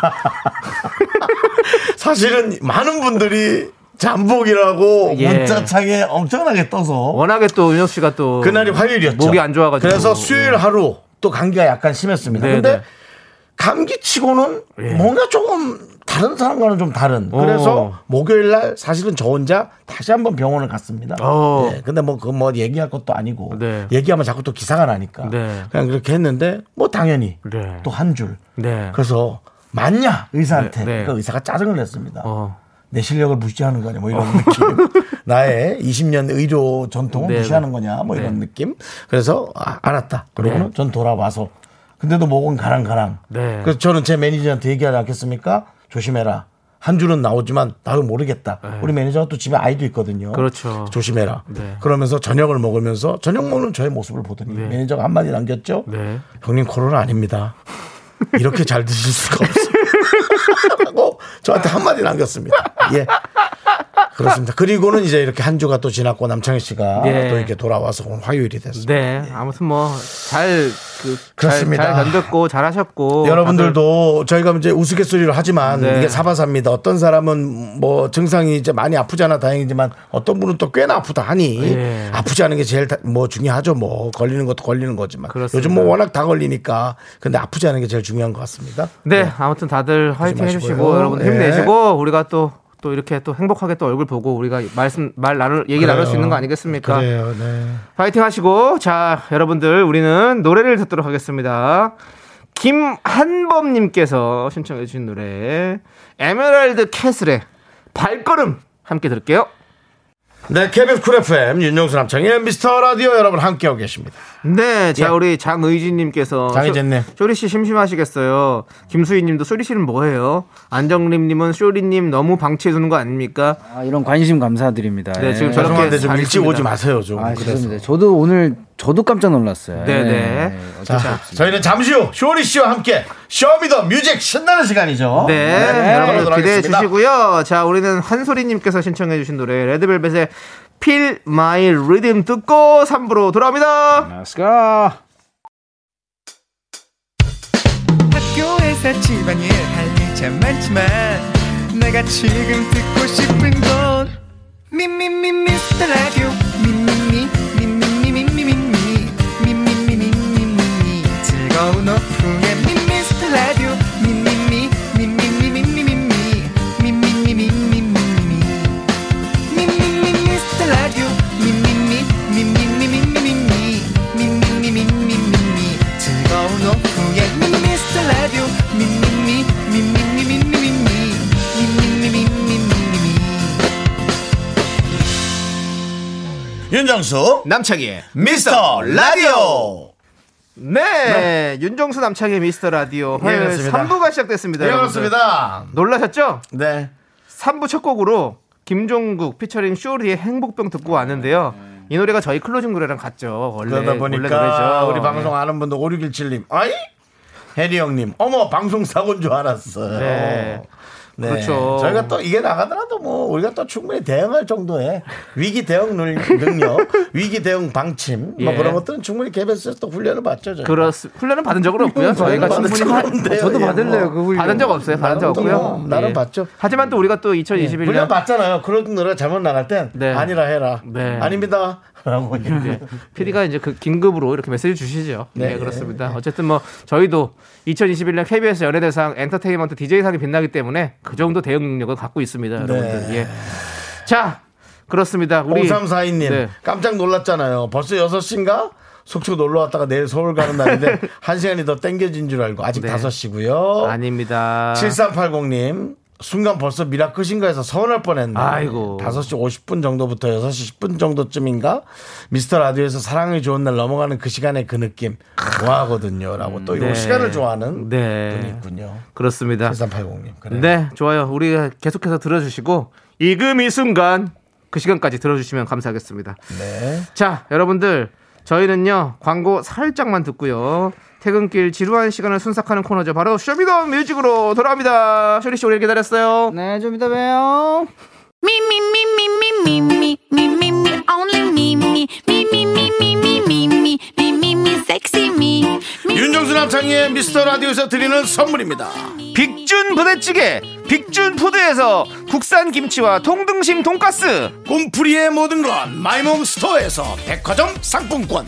Speaker 1: 사실은 많은 분들이 잠복이라고
Speaker 2: 예.
Speaker 1: 문자창에 엄청나게 떠서
Speaker 2: 워낙에 또 윤혁 씨가 또
Speaker 1: 그날이 화요일이었죠.
Speaker 2: 어, 목이 안 좋아가지고 예.
Speaker 1: 그래서 수요일 하루 또 감기가 약간 심했습니다.
Speaker 2: 네,
Speaker 1: 근데
Speaker 2: 네.
Speaker 1: 감기치고는
Speaker 2: 예.
Speaker 1: 뭔가 조금 다른 사람과는 좀 다른.
Speaker 2: 오.
Speaker 1: 그래서 목요일 날 사실은 저 혼자 다시 한번 병원을 갔습니다.
Speaker 2: 오.
Speaker 1: 네, 근데 뭐 그뭐 뭐 얘기할 것도 아니고
Speaker 2: 어. 네.
Speaker 1: 얘기하면 자꾸 또 기사가 나니까
Speaker 2: 네.
Speaker 1: 그냥 그렇게 했는데 뭐 당연히
Speaker 2: 네.
Speaker 1: 또 한 줄.
Speaker 2: 네.
Speaker 1: 그래서 맞냐 의사한테
Speaker 2: 네, 네.
Speaker 1: 그 의사가 짜증을 냈습니다.
Speaker 2: 어.
Speaker 1: 내 실력을 무시하는 거냐 뭐 이런 느낌 나의 20년 의료 전통을
Speaker 2: 네,
Speaker 1: 무시하는
Speaker 2: 네.
Speaker 1: 거냐 뭐 이런
Speaker 2: 네.
Speaker 1: 느낌 그래서 아, 알았다 그러고는
Speaker 2: 네.
Speaker 1: 전 돌아와서 근데도 목은 가랑가랑
Speaker 2: 네.
Speaker 1: 그래서 저는 제 매니저한테 얘기하지 않겠습니까 조심해라 한 줄은 나오지만 나도 모르겠다 우리 매니저가 또 집에 아이도 있거든요
Speaker 2: 그렇죠.
Speaker 1: 조심해라
Speaker 2: 네.
Speaker 1: 그러면서 저녁을 먹으면서 저녁 먹는 저의 모습을 보더니 매니저가 한마디 남겼죠
Speaker 2: 네.
Speaker 1: 형님 코로나 아닙니다 이렇게 잘 드실 수가 없어요 라고 저한테 한마디 남겼습니다. 예. 그렇습니다. 그리고는 이제 이렇게 한 주가 또 지났고 남창희 씨가
Speaker 2: 예.
Speaker 1: 또 이렇게 돌아와서 오늘 화요일이 됐습니다.
Speaker 2: 네. 아무튼 뭐잘그잘
Speaker 1: 그렇습니다.
Speaker 2: 잘 견뎠고 잘하셨고
Speaker 1: 여러분들도 저희가 이제 우스갯소리를 하지만
Speaker 2: 뭐 네.
Speaker 1: 이게 사바사입니다. 어떤 사람은 뭐 증상이 이제 많이 아프잖아 다행이지만 어떤 분은 또 꽤나 아프다 하니
Speaker 2: 예.
Speaker 1: 아프지 않은 게 제일 다- 뭐 중요하죠. 뭐 걸리는 것도 걸리는 거지만
Speaker 2: 그렇습니다.
Speaker 1: 요즘 뭐 워낙 다 걸리니까 근데 아프지 않은 게 제일 중요한 것 같습니다.
Speaker 2: 다들, 네. 아무튼 다들 화이팅
Speaker 1: 마시고요.
Speaker 2: 해주시고 여러분
Speaker 1: 예.
Speaker 2: 힘내시고 우리가 또 또 이렇게 또 행복하게 또 얼굴 보고 우리가 말씀 말 나눌 얘기 네, 나눌 수 있는 거 아니겠습니까?
Speaker 1: 어, 그래요. 네.
Speaker 2: 파이팅 하시고 자 여러분들 우리는 노래를 듣도록 하겠습니다 김한범님께서 신청해 주신 노래 에메랄드 캐슬의 발걸음 함께 들을게요
Speaker 1: 네, KBS 쿨 FM 윤정수 남창의 미스터 라디오 여러분 함께하고 계십니다.
Speaker 2: 네, 자
Speaker 1: 예.
Speaker 2: 우리 장의진님께서
Speaker 1: 장의진님.
Speaker 2: 쇼- 쇼리 씨 심심하시겠어요. 김수희님도 쇼리 씨는 뭐예요? 안정림님은 쇼리님 너무 방치해 두는 거 아닙니까?
Speaker 5: 아, 이런 관심 감사드립니다.
Speaker 2: 네, 지금
Speaker 5: 예.
Speaker 2: 저렇게
Speaker 1: 죄송한데 좀 일찍
Speaker 2: 잘했습니다.
Speaker 1: 오지 마세요 좀.
Speaker 5: 아,
Speaker 1: 그래서.
Speaker 5: 죄송합니다. 저도 오늘 저도 깜짝 놀랐어요.
Speaker 2: 네,
Speaker 5: 예.
Speaker 2: 네.
Speaker 5: 예,
Speaker 1: 자,
Speaker 5: 어쩔 수 없습니다.
Speaker 1: 저희는 잠시 후 쇼리 씨와 함께 쇼미더 뮤직 신나는 시간이죠.
Speaker 2: 네, 여러분
Speaker 1: 들어보도록
Speaker 2: 기대해
Speaker 1: 하겠습니다.
Speaker 2: 주시고요. 자, 우리는 한소리님께서 신청해 주신 노래 레드벨벳의 Feel My Rhythm 듣고 3부로 돌아옵니다.
Speaker 5: Let's go.
Speaker 3: 학교에서 집안일 할 일 참 많지만 내가 지금 듣고 싶은 건 미미미 미스터 라디오 미미미 미미미 미미미 미미미 미미미 즐거운 오후에 미스터 라디오 미미미 미미미 미미미 미미미 미미미
Speaker 1: 윤정수
Speaker 2: 남창희의
Speaker 1: 미스터 라디오
Speaker 2: 네. 윤정수 남창희의 미스터 라디오
Speaker 1: 예,
Speaker 2: 화요일
Speaker 1: 그렇습니다.
Speaker 2: 3부가 시작됐습니다.
Speaker 1: 네
Speaker 2: 여러분들.
Speaker 1: 그렇습니다
Speaker 2: 놀라셨죠?
Speaker 1: 네
Speaker 2: 3부 첫 곡으로 김종국 피처링 쇼리의 행복병 듣고 왔는데요. 이 노래가 저희 클로징 노래랑 같죠. 원래 네.
Speaker 1: 그러다 보니까 우리 방송 아는 분도 5617님 아이 해리 형님 어머 방송 사고인 줄 알았어요
Speaker 2: 네.
Speaker 1: 네.
Speaker 2: 그렇죠.
Speaker 1: 저희가 또 이게 나가더라도 뭐 우리가 또 충분히 대응할 정도의 위기 대응 능- 능력, 위기 대응 방침 뭐
Speaker 2: 예.
Speaker 1: 그런 것들은 충분히 KBS에서 또 훈련을 받죠. 저희가.
Speaker 2: 그렇습니다. 훈련은 받은 적은 없고요. 저희가
Speaker 1: 받은
Speaker 2: 충분히
Speaker 1: 적은
Speaker 2: 하-
Speaker 1: 없는데요.
Speaker 5: 저도
Speaker 1: 예,
Speaker 5: 받을래요,
Speaker 1: 뭐.
Speaker 5: 그 훈련.
Speaker 2: 받은 적 없어요. 받은 적
Speaker 1: 나름 또
Speaker 2: 없고요. 네.
Speaker 1: 뭐, 나름 봤죠.
Speaker 2: 하지만 또 우리가 또 2021년
Speaker 1: 훈련 받잖아요. 그런 노래 잘못 나갈 땐
Speaker 2: 네.
Speaker 1: 아니라 해라.
Speaker 2: 네.
Speaker 1: 아닙니다. 라고
Speaker 2: 네. PD가 이제 그 긴급으로 이렇게 메시지 주시죠.
Speaker 1: 네,
Speaker 2: 네, 그렇습니다. 어쨌든 뭐 저희도 2021년 KBS 연예대상 엔터테인먼트 DJ상이 빛나기 때문에 그 정도 대응 능력을 갖고 있습니다, 여러분들. 예. 자, 그렇습니다. 우리
Speaker 1: 0342님
Speaker 2: 네.
Speaker 1: 깜짝 놀랐잖아요. 벌써 6시인가? 속초 놀러 왔다가 내일 서울 가는 날인데 한시간이더 땡겨진 줄 알고 아직
Speaker 2: 네.
Speaker 1: 다 5시고요.
Speaker 2: 아닙니다.
Speaker 1: 7380님 순간 벌써 미라 끝인가 해서 서운할 뻔했네.
Speaker 2: 아이고.
Speaker 1: 5시 50분 정도부터 6시 10분 정도쯤인가 미스터 라디오에서 사랑이 좋은 날 넘어가는 그 시간의 그 느낌 좋아하거든요라고 또 이거
Speaker 2: 네.
Speaker 1: 시간을 좋아하는
Speaker 2: 네.
Speaker 1: 분이 있군요.
Speaker 2: 그렇습니다.
Speaker 1: 7380님. 그래.
Speaker 2: 네, 좋아요. 우리 계속해서 들어주시고 이금 이 순간 그 시간까지 들어주시면 감사하겠습니다.
Speaker 1: 네.
Speaker 2: 자, 여러분들 저희는요 광고 살짝만 듣고요 퇴근길 지루한 시간을 순삭하는 코너죠. 바로 쇼미더 뮤직으로 돌아옵니다. 쇼리 씨 오래 기다렸어요.
Speaker 5: 네, 좀 이따 봬요.
Speaker 4: Me, me, me, me, me, me, me, me, me, me, only me, me, me, me, me, me, me, me, me, me, me, me, sexy me. Me,
Speaker 1: 윤정수 남창희의 미스터 라디오에서 드리는 선물입니다.
Speaker 6: 빅준 부대찌개 빅준 푸드에서 국산 김치와 통등심 돈가스
Speaker 1: 꿈풀이의 모든 건 마이몽 스토어에서 백화점 상품권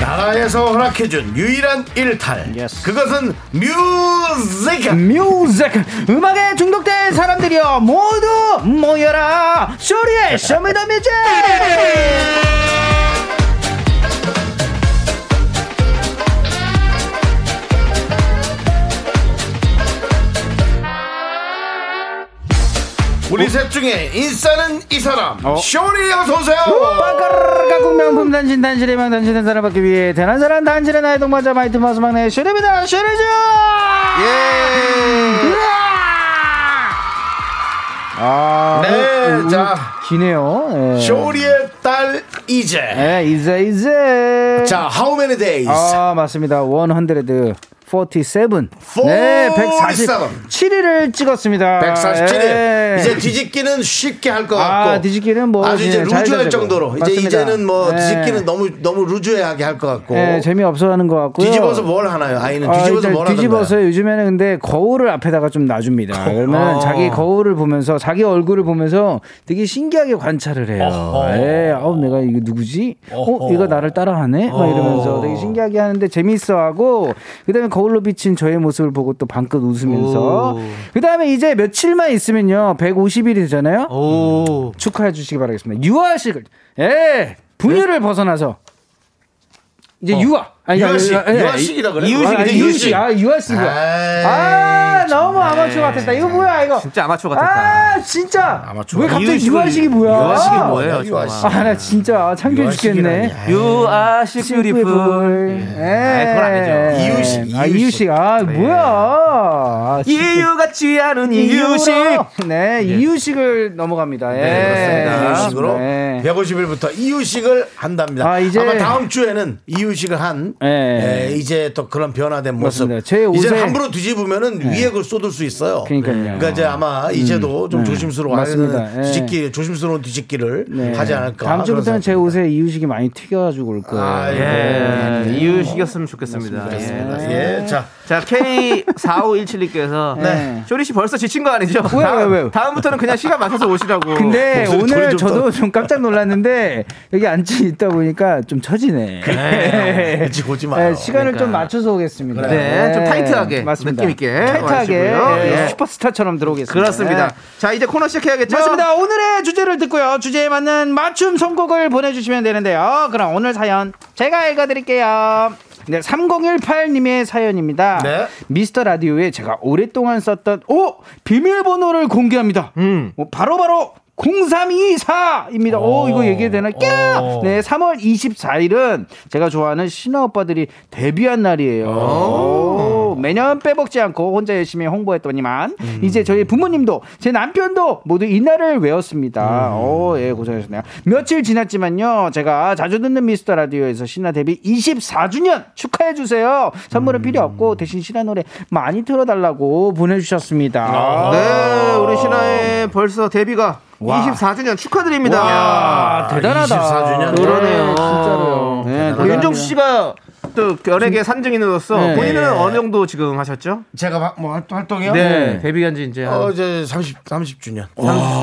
Speaker 1: 나라에서 허락해준 유일한 일탈
Speaker 5: Yes. 음.
Speaker 1: 그것은 뮤직
Speaker 5: 뮤직 음악에 중독된 사람들이여 모두 모여라 쇼리의 쇼미더뮤직 어.
Speaker 1: 우리 셋 중에 인싸는 이 사람 쇼리 어서오세요
Speaker 5: 빵가르르 명품 단신 단신의 명 단신의 사람 받기 위해 대난 사람 단신의 나의 동반자 마이트 마우스 막내 쇼리입니다 쇼리죠
Speaker 6: 예!
Speaker 5: 아,
Speaker 1: 네,
Speaker 5: 음, 음,
Speaker 1: 자.
Speaker 5: 기네요 예.
Speaker 1: 쇼리의 딸 이제
Speaker 5: 예, 이제 이제
Speaker 1: 자 How many days
Speaker 5: 아 맞습니다 147 네
Speaker 1: 147.
Speaker 5: 147위를 찍었습니다
Speaker 1: 147일
Speaker 5: 예.
Speaker 1: 이제 뒤집기는 쉽게 할 것 같고
Speaker 5: 아 뒤집기는 뭐
Speaker 1: 아주 이제
Speaker 5: 예, 자유자재고.
Speaker 1: 루즈할 정도로 이제
Speaker 5: 맞습니다.
Speaker 1: 이제는 뭐
Speaker 5: 예.
Speaker 1: 뒤집기는 너무 너무 루즈하게 할 것 같고
Speaker 6: 뭐
Speaker 5: 예, 재미없어 하는 것 같고요
Speaker 1: 뒤집어서 뭘 하나요? 아이는
Speaker 5: 아,
Speaker 1: 뒤집어서
Speaker 5: 일단
Speaker 1: 뭘
Speaker 5: 뒤집어서
Speaker 1: 하던가요?
Speaker 5: 요즘에는 근데 거울을 앞에다가 좀 놔줍니다. 그러면
Speaker 2: 어.
Speaker 5: 자기 거울을 보면서 자기 얼굴을 보면서 되게 신기하게 관찰을 해요.
Speaker 1: 어허.
Speaker 5: 예, 어, 내가 이거 누구지? 어,
Speaker 1: 어허.
Speaker 5: 이거 나를 따라하네? 막
Speaker 2: 어.
Speaker 5: 이러면서 되게 신기하게 하는데 재미있어하고 그다음에 거울로 비친 저의 모습을 보고 또 방긋 웃으면서
Speaker 2: 오.
Speaker 5: 그다음에 이제 며칠만 있으면요 150일이 되잖아요.
Speaker 2: 오,
Speaker 5: 축하해 주시기 바라겠습니다. 유아식을 예 분유를 벗어나서 이제 유아 아니,
Speaker 1: 유아식,
Speaker 5: 아니, 아니,
Speaker 1: 유아식이라 그래요?
Speaker 5: 예, 이유식
Speaker 1: 아니,
Speaker 5: 아니,
Speaker 1: 이유식.
Speaker 5: 유식 아 유아식이야.
Speaker 1: 에이,
Speaker 5: 아 너무
Speaker 1: 정말.
Speaker 5: 아마추어 같았다. 이거 뭐야 이거?
Speaker 2: 진짜 아마추어 같았다.
Speaker 5: 아 진짜
Speaker 1: 아마추어.
Speaker 5: 왜 갑자기
Speaker 2: 이유식은-
Speaker 5: 유아식이 뭐야?
Speaker 2: 유아식이 뭐예요?
Speaker 1: 유아식.
Speaker 2: 정말?
Speaker 5: 아나 진짜 창피해 죽겠네.
Speaker 1: 유아식이라니.
Speaker 5: 예.
Speaker 2: You are s e a u t 아, 그건 아니죠.
Speaker 1: 이유식,
Speaker 5: 아
Speaker 1: 이유식.
Speaker 5: 이유식 아 뭐야? 아, 진짜.
Speaker 2: 이유 같지 않은 이유식.
Speaker 5: 이유식. 네 이유식을 넘어갑니다. 예.
Speaker 2: 네, 그렇습니다.
Speaker 1: 이유식으로
Speaker 5: 네.
Speaker 1: 150일부터 이유식을 한답니다.
Speaker 5: 아, 이제-
Speaker 1: 마 다음 주에는 이유식을 한
Speaker 5: 네.
Speaker 1: 예, 이제 또 그런 변화된 모습.
Speaker 5: 맞습니다. 제 옷에- 예.
Speaker 1: 이제 함부로 뒤집으면은 위에 걸 쏟을 수 있어요.
Speaker 5: 그러니까요. 음. 네.
Speaker 1: 그러니까 이제 아마 이제도 좀 조심스러워
Speaker 5: 맞습니다.
Speaker 1: 하는
Speaker 5: 예.
Speaker 1: 뒤집기 조심스러운 뒤집기를
Speaker 5: 네.
Speaker 1: 하지 않을까.
Speaker 5: 다음 주부터는
Speaker 1: 그런
Speaker 5: 제
Speaker 1: 생각이
Speaker 5: 옷에 이유식이 많이 튀겨가지고 올 거예요.
Speaker 1: 아, 예.
Speaker 2: 예,
Speaker 5: 네.
Speaker 2: 이유식이었으면 좋겠습니다. 예.
Speaker 1: 듭니다. 예, 자
Speaker 2: 자, K4517님께서
Speaker 5: 네.
Speaker 2: 쇼리 씨 벌써 지친 거 아니죠?
Speaker 5: 왜요,
Speaker 2: 다음,
Speaker 5: 왜요?
Speaker 2: 다음부터는 그냥 시간 맞춰서 오시라고.
Speaker 5: 근데
Speaker 1: 목소리
Speaker 5: 오늘
Speaker 1: 좀
Speaker 5: 저도
Speaker 1: 더-
Speaker 5: 좀 깜짝 놀랐는데 여기 앉지 있다 보니까 좀 처지네. 예.
Speaker 1: 일찍 오지 마요.
Speaker 5: 예, 시간을 좀 맞춰서 오겠습니다.
Speaker 2: 네, 좀 타이트하게,
Speaker 5: 맞습니다.
Speaker 2: 느낌 있게
Speaker 5: 타이트하게
Speaker 2: 와주시고요.
Speaker 5: 예,
Speaker 2: 예.
Speaker 5: 슈퍼스타처럼 들어오겠습니다.
Speaker 2: 그렇습니다.
Speaker 5: 네.
Speaker 2: 자, 이제 코너 시작해야겠죠?
Speaker 5: 맞습니다. 오늘의 주제를 듣고요. 주제에 맞는 맞춤 선곡을 보내주시면 되는데요. 그럼 오늘 사연 제가 읽어드릴게요. 네, 3018님의 사연입니다.
Speaker 1: 네.
Speaker 5: 미스터 라디오에 제가 오랫동안 썼던 오 비밀번호를 공개합니다. 어, 바로 바로 0324입니다. 오, 이거 얘기해야 되나? 까! 네, 3월 24일은 제가 좋아하는 신화 오빠들이 데뷔한 날이에요. 오, 매년 빼먹지 않고 혼자 열심히 홍보했더니만 이제 저희 부모님도 제 남편도 모두 이 날을 외웠습니다. 오, 예, 고생하셨네요. 며칠 지났지만요. 제가 자주 듣는 미스터 라디오에서 신화 데뷔 24주년 축하해 주세요. 선물은 필요 없고 대신 신화 노래 많이 틀어 달라고 보내 주셨습니다.
Speaker 2: 네, 우리 신화의 벌써 데뷔가 24주년 축하드립니다.
Speaker 1: 와,
Speaker 5: 대단하다.
Speaker 1: 아, 24주년.
Speaker 2: 그러네요.
Speaker 5: 네, 진짜로요. 네,
Speaker 2: 우리 그 윤종수 씨가 또 결핵의 산증인으로서
Speaker 5: 네.
Speaker 2: 본인은 어느 정도 지금 하셨죠?
Speaker 1: 제가 막- 뭐 활- 활동이요?
Speaker 2: 네. 데뷔한 지 이제 한
Speaker 1: 어, 이제 30 30주년.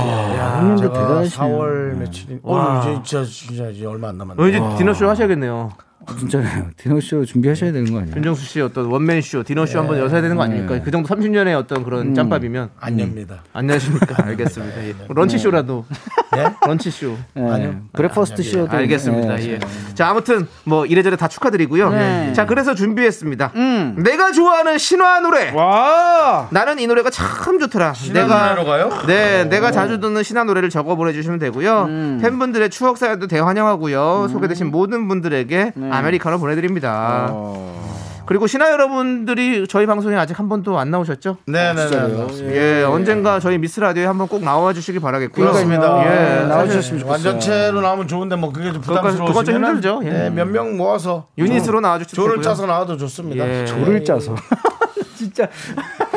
Speaker 5: 대단합니다.
Speaker 1: 제가
Speaker 5: 대단하시네요.
Speaker 1: 4월 며칠인 오늘 이제 진짜, 진짜 이제 얼마 안 남았네요.
Speaker 2: 어, 이제 디너쇼 하셔야겠네요.
Speaker 5: 진짜 디너쇼 준비하셔야 되는 거 아니에요?
Speaker 2: 윤정수 씨 어떤 원맨쇼, 디너쇼 한번 여셔야 되는 거 아닙니까? 그 정도 30년의 어떤 그런 짬밥이면. 음.
Speaker 1: 안 엽니다.
Speaker 2: 안녕하십니까. 알겠습니다. 예. 런치쇼라도.
Speaker 1: 네?
Speaker 2: 런치쇼.
Speaker 5: 아니요. 네, 브레퍼스트 쇼도
Speaker 2: 알겠습니다.
Speaker 5: 예.
Speaker 2: 예. 자, 아무튼 뭐 이래저래 다 축하드리고요.
Speaker 5: 네.
Speaker 2: 자, 그래서 준비했습니다.
Speaker 5: 음.
Speaker 2: 내가 좋아하는 신화 노래.
Speaker 5: 와.
Speaker 2: 나는 이 노래가 참 좋더라.
Speaker 1: 노래로 가요? 아.
Speaker 2: 네, 내가 자주 듣는 신화 노래를 적어 보내주시면 되고요.
Speaker 1: 음.
Speaker 2: 팬분들의 추억 사연도 대환영하고요. 소개되신 모든 분들에게
Speaker 1: 네.
Speaker 2: 아메리카노 보내드립니다.
Speaker 1: 어.
Speaker 2: 그리고 신화 여러분들이 저희 방송에 아직 한 번도 안 나오셨죠?
Speaker 1: 네, 네, 네.
Speaker 2: 예, 언젠가 저희 미스 라디오에 한번 꼭 나와 주시기 바라겠고요.
Speaker 1: 그렇습니다.
Speaker 2: 예,
Speaker 5: 나와주셨으면 좋겠어요.
Speaker 1: 완전체로 나오면 좋은데 뭐 그게 좀 부담스러우시면
Speaker 2: 그건 좀 힘들죠. 예.
Speaker 1: 몇 명 모아서
Speaker 2: 유닛으로 나와주시면
Speaker 1: 조를
Speaker 2: 되고요.
Speaker 1: 짜서 나와도 좋습니다.
Speaker 2: 예.
Speaker 5: 돌을 짜서. 진짜.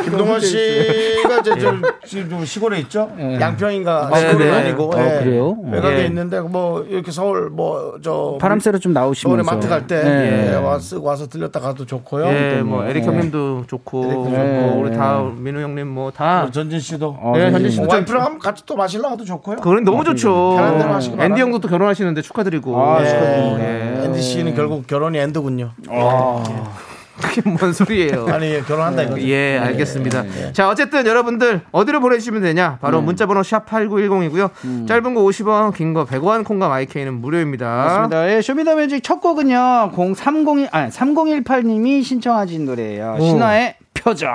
Speaker 1: 김동원 씨가 이제 좀 지금 좀 시골에 있죠?
Speaker 5: 예.
Speaker 1: 양평인가 시골은
Speaker 2: 네.
Speaker 1: 아니고
Speaker 5: 아, 그래요?
Speaker 1: 외곽에
Speaker 2: 예.
Speaker 1: 있는데 뭐 이렇게 서울 뭐 저
Speaker 5: 바람 쐬러 좀 나오시면서.
Speaker 1: 서울에 마트 갈 때
Speaker 5: 예.
Speaker 1: 와서 와서 들렸다 가도 좋고요. 네.
Speaker 2: 예, 뭐 에릭 형님도 좋고, 뭐 우리 다 민우 형님 뭐 다
Speaker 1: 전진 씨도
Speaker 2: 네, 현진
Speaker 1: 뭐
Speaker 2: 씨도 좀-
Speaker 1: 와이프랑 한번 같이 또 마실라 가도 좋고요.
Speaker 2: 그건 너무 좋죠.
Speaker 1: 편한 대로 하시기
Speaker 2: 앤디
Speaker 1: 아, 바랍니다.
Speaker 2: 형도 또 결혼하시는데 축하드리고.
Speaker 5: 아,
Speaker 2: 예.
Speaker 1: 앤디 씨는 결국 결혼이 엔드군요.
Speaker 2: 그게 뭔 소리예요?
Speaker 1: 아니 결혼한다 이거죠.
Speaker 2: 예, 알겠습니다. 자, 어쨌든 여러분들 어디로 보내주시면 되냐? 바로 문자번호 샵 #8910이고요. 짧은 거 50원, 긴 거 100원, 콩과 마이케이는 무료입니다.
Speaker 5: 맞습니다. 예, 쇼미더뮤직 첫 곡은요. 0301 아니 3018님이 신청하신 노래예요. 신화의 표적.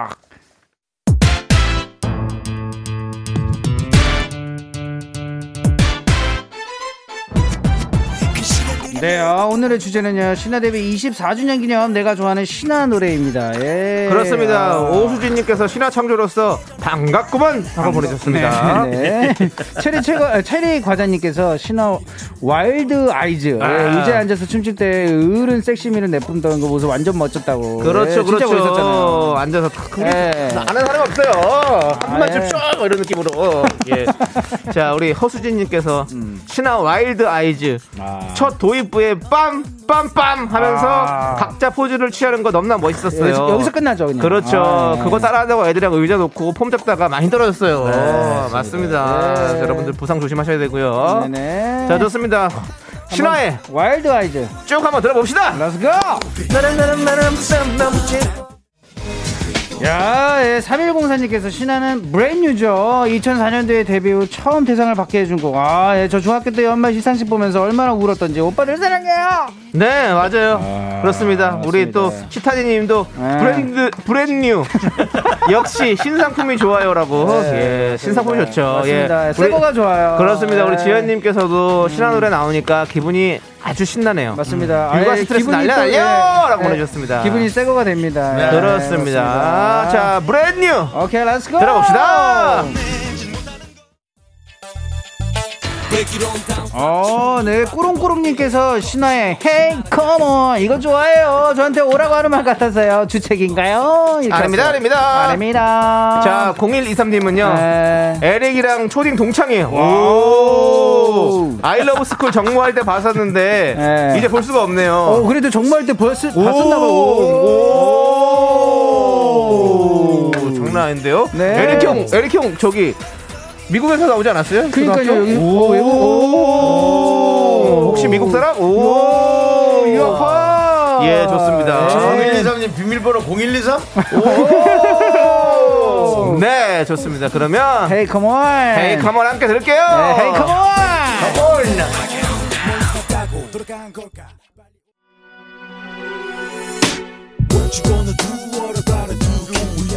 Speaker 5: 네요. 아, 오늘의 주제는요. 신화 데뷔 24주년 기념 내가 좋아하는 신화 노래입니다. 예.
Speaker 2: 네. 그렇습니다.
Speaker 5: 아.
Speaker 2: 오수진님께서 신화 창조로서 반갑구만 하고 보내셨습니다.
Speaker 5: 네. 체리 최고 아, 체리 과자님께서 신화 와일드 아이즈 예, 의자에 앉아서 춤출 때 으른 섹시미를 내뿜던 거 모습 완전 멋졌다고. 예,
Speaker 2: 그렇죠, 네.
Speaker 5: 진짜
Speaker 2: 그렇죠.
Speaker 5: 멋있었잖아요.
Speaker 2: 앉아서 탁. 우리
Speaker 5: 예.
Speaker 2: 아는 사람 없어요. 한번
Speaker 5: 예.
Speaker 2: 좀 쫙! 이런 느낌으로. 예. 아, 자, 우리 허수진님께서 신화 와일드 아이즈 첫 도입부에 빰빰빰 하면서
Speaker 5: 아.
Speaker 2: 각자 포즈를 취하는 거 너무나 멋있었어요.
Speaker 5: 여기서, 여기서 끝나죠 그냥.
Speaker 2: 그렇죠.
Speaker 5: 아, 예.
Speaker 2: 그거 따라하다고 애들이랑 의자 놓고 폼 잡다가 많이 떨어졌어요. 네. 맞습니다.
Speaker 5: 예.
Speaker 2: 여러분들 부상 조심하셔야 되고요.
Speaker 5: 네네.
Speaker 2: 자, 좋습니다. 신화에
Speaker 5: 와일드 아이즈.
Speaker 2: 쭉 한번 들어봅시다.
Speaker 5: Let's go. 야, 예, 3104님께서 신하는 브랜뉴죠. 2004년도에 데뷔 후 처음 대상을 받게 해준 곡. 아, 예, 저 중학교 때 연말 시상식 보면서 얼마나 울었던지 오빠들 사랑해요.
Speaker 2: 네 맞아요 그렇습니다 우리
Speaker 5: 맞습니다.
Speaker 2: 또 시타디님도
Speaker 5: 네.
Speaker 2: 브랜드 브랜뉴 역시 신상품이 좋아요라고 예 신상품이 좋죠
Speaker 5: 네, 맞습니다.
Speaker 2: 예 우리-
Speaker 5: 새거가 좋아요.
Speaker 2: 그렇습니다 우리
Speaker 5: 예.
Speaker 2: 지현님께서도 신화 노래 나오니까 기분이 아주 신나요
Speaker 5: 맞습니다.
Speaker 2: 육아
Speaker 5: 아예
Speaker 2: 음, 스트레스
Speaker 5: 기분이
Speaker 2: 날려
Speaker 5: 또,
Speaker 2: 날려라고
Speaker 5: 예,
Speaker 2: 보내주셨습니다.
Speaker 5: 예, 기분이 새거가 됩니다. 예,
Speaker 2: 그렇습니다
Speaker 5: 그렇습니다.
Speaker 2: 자 브랜뉴
Speaker 5: 오케이, 렛츠고.
Speaker 2: 들어봅시다
Speaker 5: 어, 네. 꾸롱꾸롱님께서 신화의 Hey, come on. 이거 좋아해요. 저한테 오라고 하는 말 같아서요. 주책인가요? 이렇게
Speaker 6: 아닙니다,
Speaker 5: 하세요.
Speaker 6: 아닙니다.
Speaker 5: 아닙니다.
Speaker 2: 자, 0123님은요.
Speaker 5: 네.
Speaker 2: 에릭이랑 초딩 동창이에요. 오. 아이러브 스쿨 정모할 때 봤었는데
Speaker 5: 네.
Speaker 2: 이제 볼 수가 없네요.
Speaker 5: 어, 그래도 정말 때 봤을, 봤었나봐.
Speaker 2: 오. 오. 장난 아닌데요?
Speaker 5: 네.
Speaker 2: 에릭 형, 에릭 형 저기 미국에서 나오지 않았어요?
Speaker 5: 그러니까요,
Speaker 2: 고등학교?
Speaker 5: 여기.
Speaker 2: 오.
Speaker 5: 어, 외국-
Speaker 2: 오. 혹시 미국 사람? 오.
Speaker 5: 유학파.
Speaker 2: 예, 좋습니다.
Speaker 5: 네.
Speaker 1: 0123님 비밀번호 0123?
Speaker 2: 오. 네, 좋습니다. 그러면
Speaker 5: Hey, come on.
Speaker 2: 헤이 컴온 함께 들을게요.
Speaker 5: 네, Hey, come on.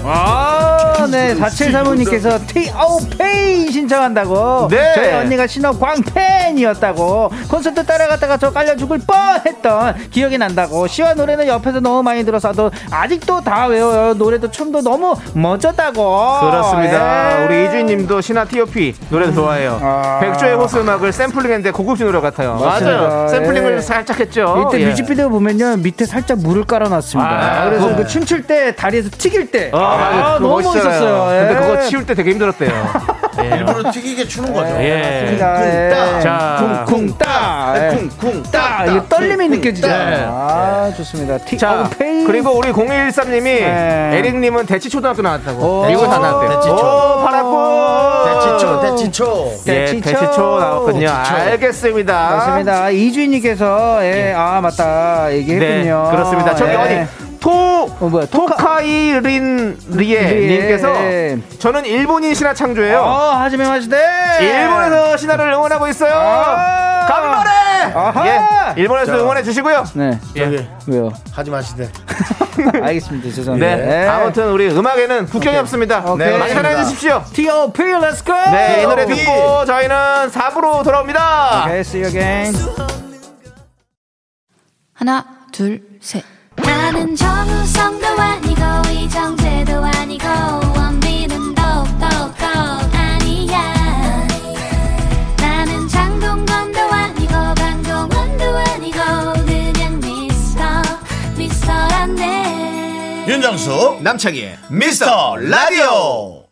Speaker 5: 아, 네. 4735님께서 TOP 신청한다고.
Speaker 2: 네.
Speaker 5: 저희 언니가 신호 광팬이었다고. 콘서트 따라갔다가 저 깔려 죽을 뻔 했던 기억이 난다고. 시와 노래는 옆에서 너무 많이 들어서도 아직도 다 외워요. 노래도 춤도 너무 멋졌다고.
Speaker 2: 그렇습니다.
Speaker 5: 예.
Speaker 2: 우리 이주인님도 신화 T.O.P 노래 좋아해요.
Speaker 5: 아.
Speaker 2: 백조의 호수 음악을 샘플링했는데 고급진 노래 같아요.
Speaker 5: 맞습니다.
Speaker 2: 맞아요. 샘플링을
Speaker 5: 예.
Speaker 2: 살짝 했죠.
Speaker 5: 이때
Speaker 2: 예.
Speaker 5: 뮤직비디오 보면요 밑에 살짝 물을 깔아놨습니다.
Speaker 2: 아,
Speaker 5: 그래서
Speaker 2: 그거-
Speaker 5: 그 춤출 때 다리에서 튀길 때
Speaker 2: 아, 맞아요. 그거
Speaker 5: 너무
Speaker 2: 멋있잖아요.
Speaker 5: 멋있었어요. 예. 어,
Speaker 2: 근데 그거 치울 때 되게 힘들었대요.
Speaker 1: 일부러 튀기게 추는 거죠.
Speaker 2: 예.
Speaker 5: 맞습니다. 예.
Speaker 2: 자.
Speaker 5: 쿵쿵따 예. 쿵쿵따 이 떨림이
Speaker 1: 예.
Speaker 5: 느껴지잖아요. 아 좋습니다. 티
Speaker 2: 예. 자,
Speaker 5: 페이
Speaker 2: 그리고 우리 0113님이
Speaker 5: 네.
Speaker 2: 에릭님은 대치초등학교 나왔다고.
Speaker 5: 오.
Speaker 2: 이거 다 나왔대요.
Speaker 1: 대치초.
Speaker 2: 오, 파랗고.
Speaker 1: 대치초, 대치초.
Speaker 2: 예,
Speaker 5: 대치초.
Speaker 2: 대치초 나왔거든요.
Speaker 1: 대치초.
Speaker 2: 알겠습니다.
Speaker 5: 맞습니다. 이주인님께서 예. 아 맞다
Speaker 2: 네,
Speaker 5: 얘기했군요.
Speaker 2: 그렇습니다. 저기
Speaker 5: 예.
Speaker 2: 어디 토
Speaker 5: 어, 뭐야, 토카-
Speaker 2: 토카이린 리에
Speaker 5: 리에,
Speaker 2: 님께서
Speaker 5: 예.
Speaker 2: 저는 일본인 신화 창조예요. 예.
Speaker 5: 어 하지메 하시대.
Speaker 2: 일본에서 신화를 응원하고 있어요.
Speaker 5: 아. 아하.
Speaker 2: 간발에 예, 일본에서 응원해 주시고요.
Speaker 5: 네
Speaker 1: 저기,
Speaker 5: 왜요?
Speaker 1: 하지 마시대.
Speaker 5: 알겠습니다. 죄송합니다. 예.
Speaker 2: 네. 아무튼 우리 음악에는 국경이 없습니다.
Speaker 5: 오케이.
Speaker 2: 네, 많이 사랑해
Speaker 1: 맞습니다.
Speaker 2: 주십시오.
Speaker 5: T.O.P. Let's go.
Speaker 2: 네, 이 노래
Speaker 1: 오케이.
Speaker 2: 듣고 저희는 4부로 돌아옵니다.
Speaker 5: Okay, see you again.
Speaker 7: 하나, 둘, 셋.
Speaker 4: 나는 정우성도 아니고 이정재도 아니고 원빈은 더욱더 아니야 나는 장동건도 아니고 강동원도 아니고 그냥 미스터 미스터란데
Speaker 1: 윤정수, 남창희, 미스터 라디오.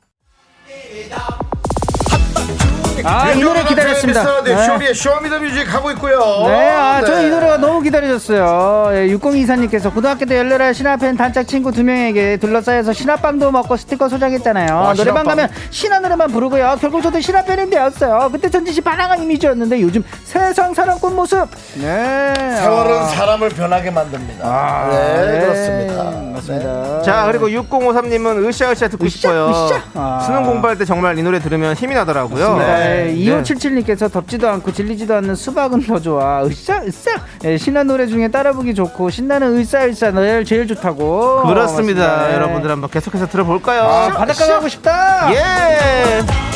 Speaker 5: 아, 이 노래 기다렸습니다.
Speaker 1: 네.
Speaker 5: 네.
Speaker 1: 쇼리의 쇼미더뮤직 하고 있고요.
Speaker 5: 네, 아, 저 이 노래가 너무 기다려졌어요. 예, 6024님께서 고등학교 때 열렬한 신화팬 단짝 친구 두 명에게 둘러싸여서 신화빵도 먹고 스티커 소장했잖아요. 노래방 가면 신화 노래만 부르고요. 결국 저도 신화팬이 되었어요. 그때 전지시 반항한 이미지였는데 요즘 세상 사랑꾼 모습. 네.
Speaker 1: 세월은 사람을 변하게 만듭니다. 네, 그렇습니다.
Speaker 5: 아,
Speaker 1: 네.
Speaker 5: 맞습니다.
Speaker 2: 자 그리고 6053님은 으쌰으쌰 듣고 싶어요.
Speaker 5: 으쌰. 아.
Speaker 2: 수능 공부할 때 정말 이 노래 들으면 힘이 나더라고요.
Speaker 5: 네. 2577님께서 덥지도 않고 질리지도 않는 수박은 더 좋아. 으쌰, 으쌰. 예, 신나 노래 중에 따라 부기 좋고, 신나는 으쌰, 으쌰. 노래 제일 좋다고.
Speaker 2: 그렇습니다.
Speaker 5: 어, 맞습니다.
Speaker 2: 여러분들 한번 계속해서 들어볼까요?
Speaker 5: 아, 바닷가 가고 싶다!
Speaker 2: 예.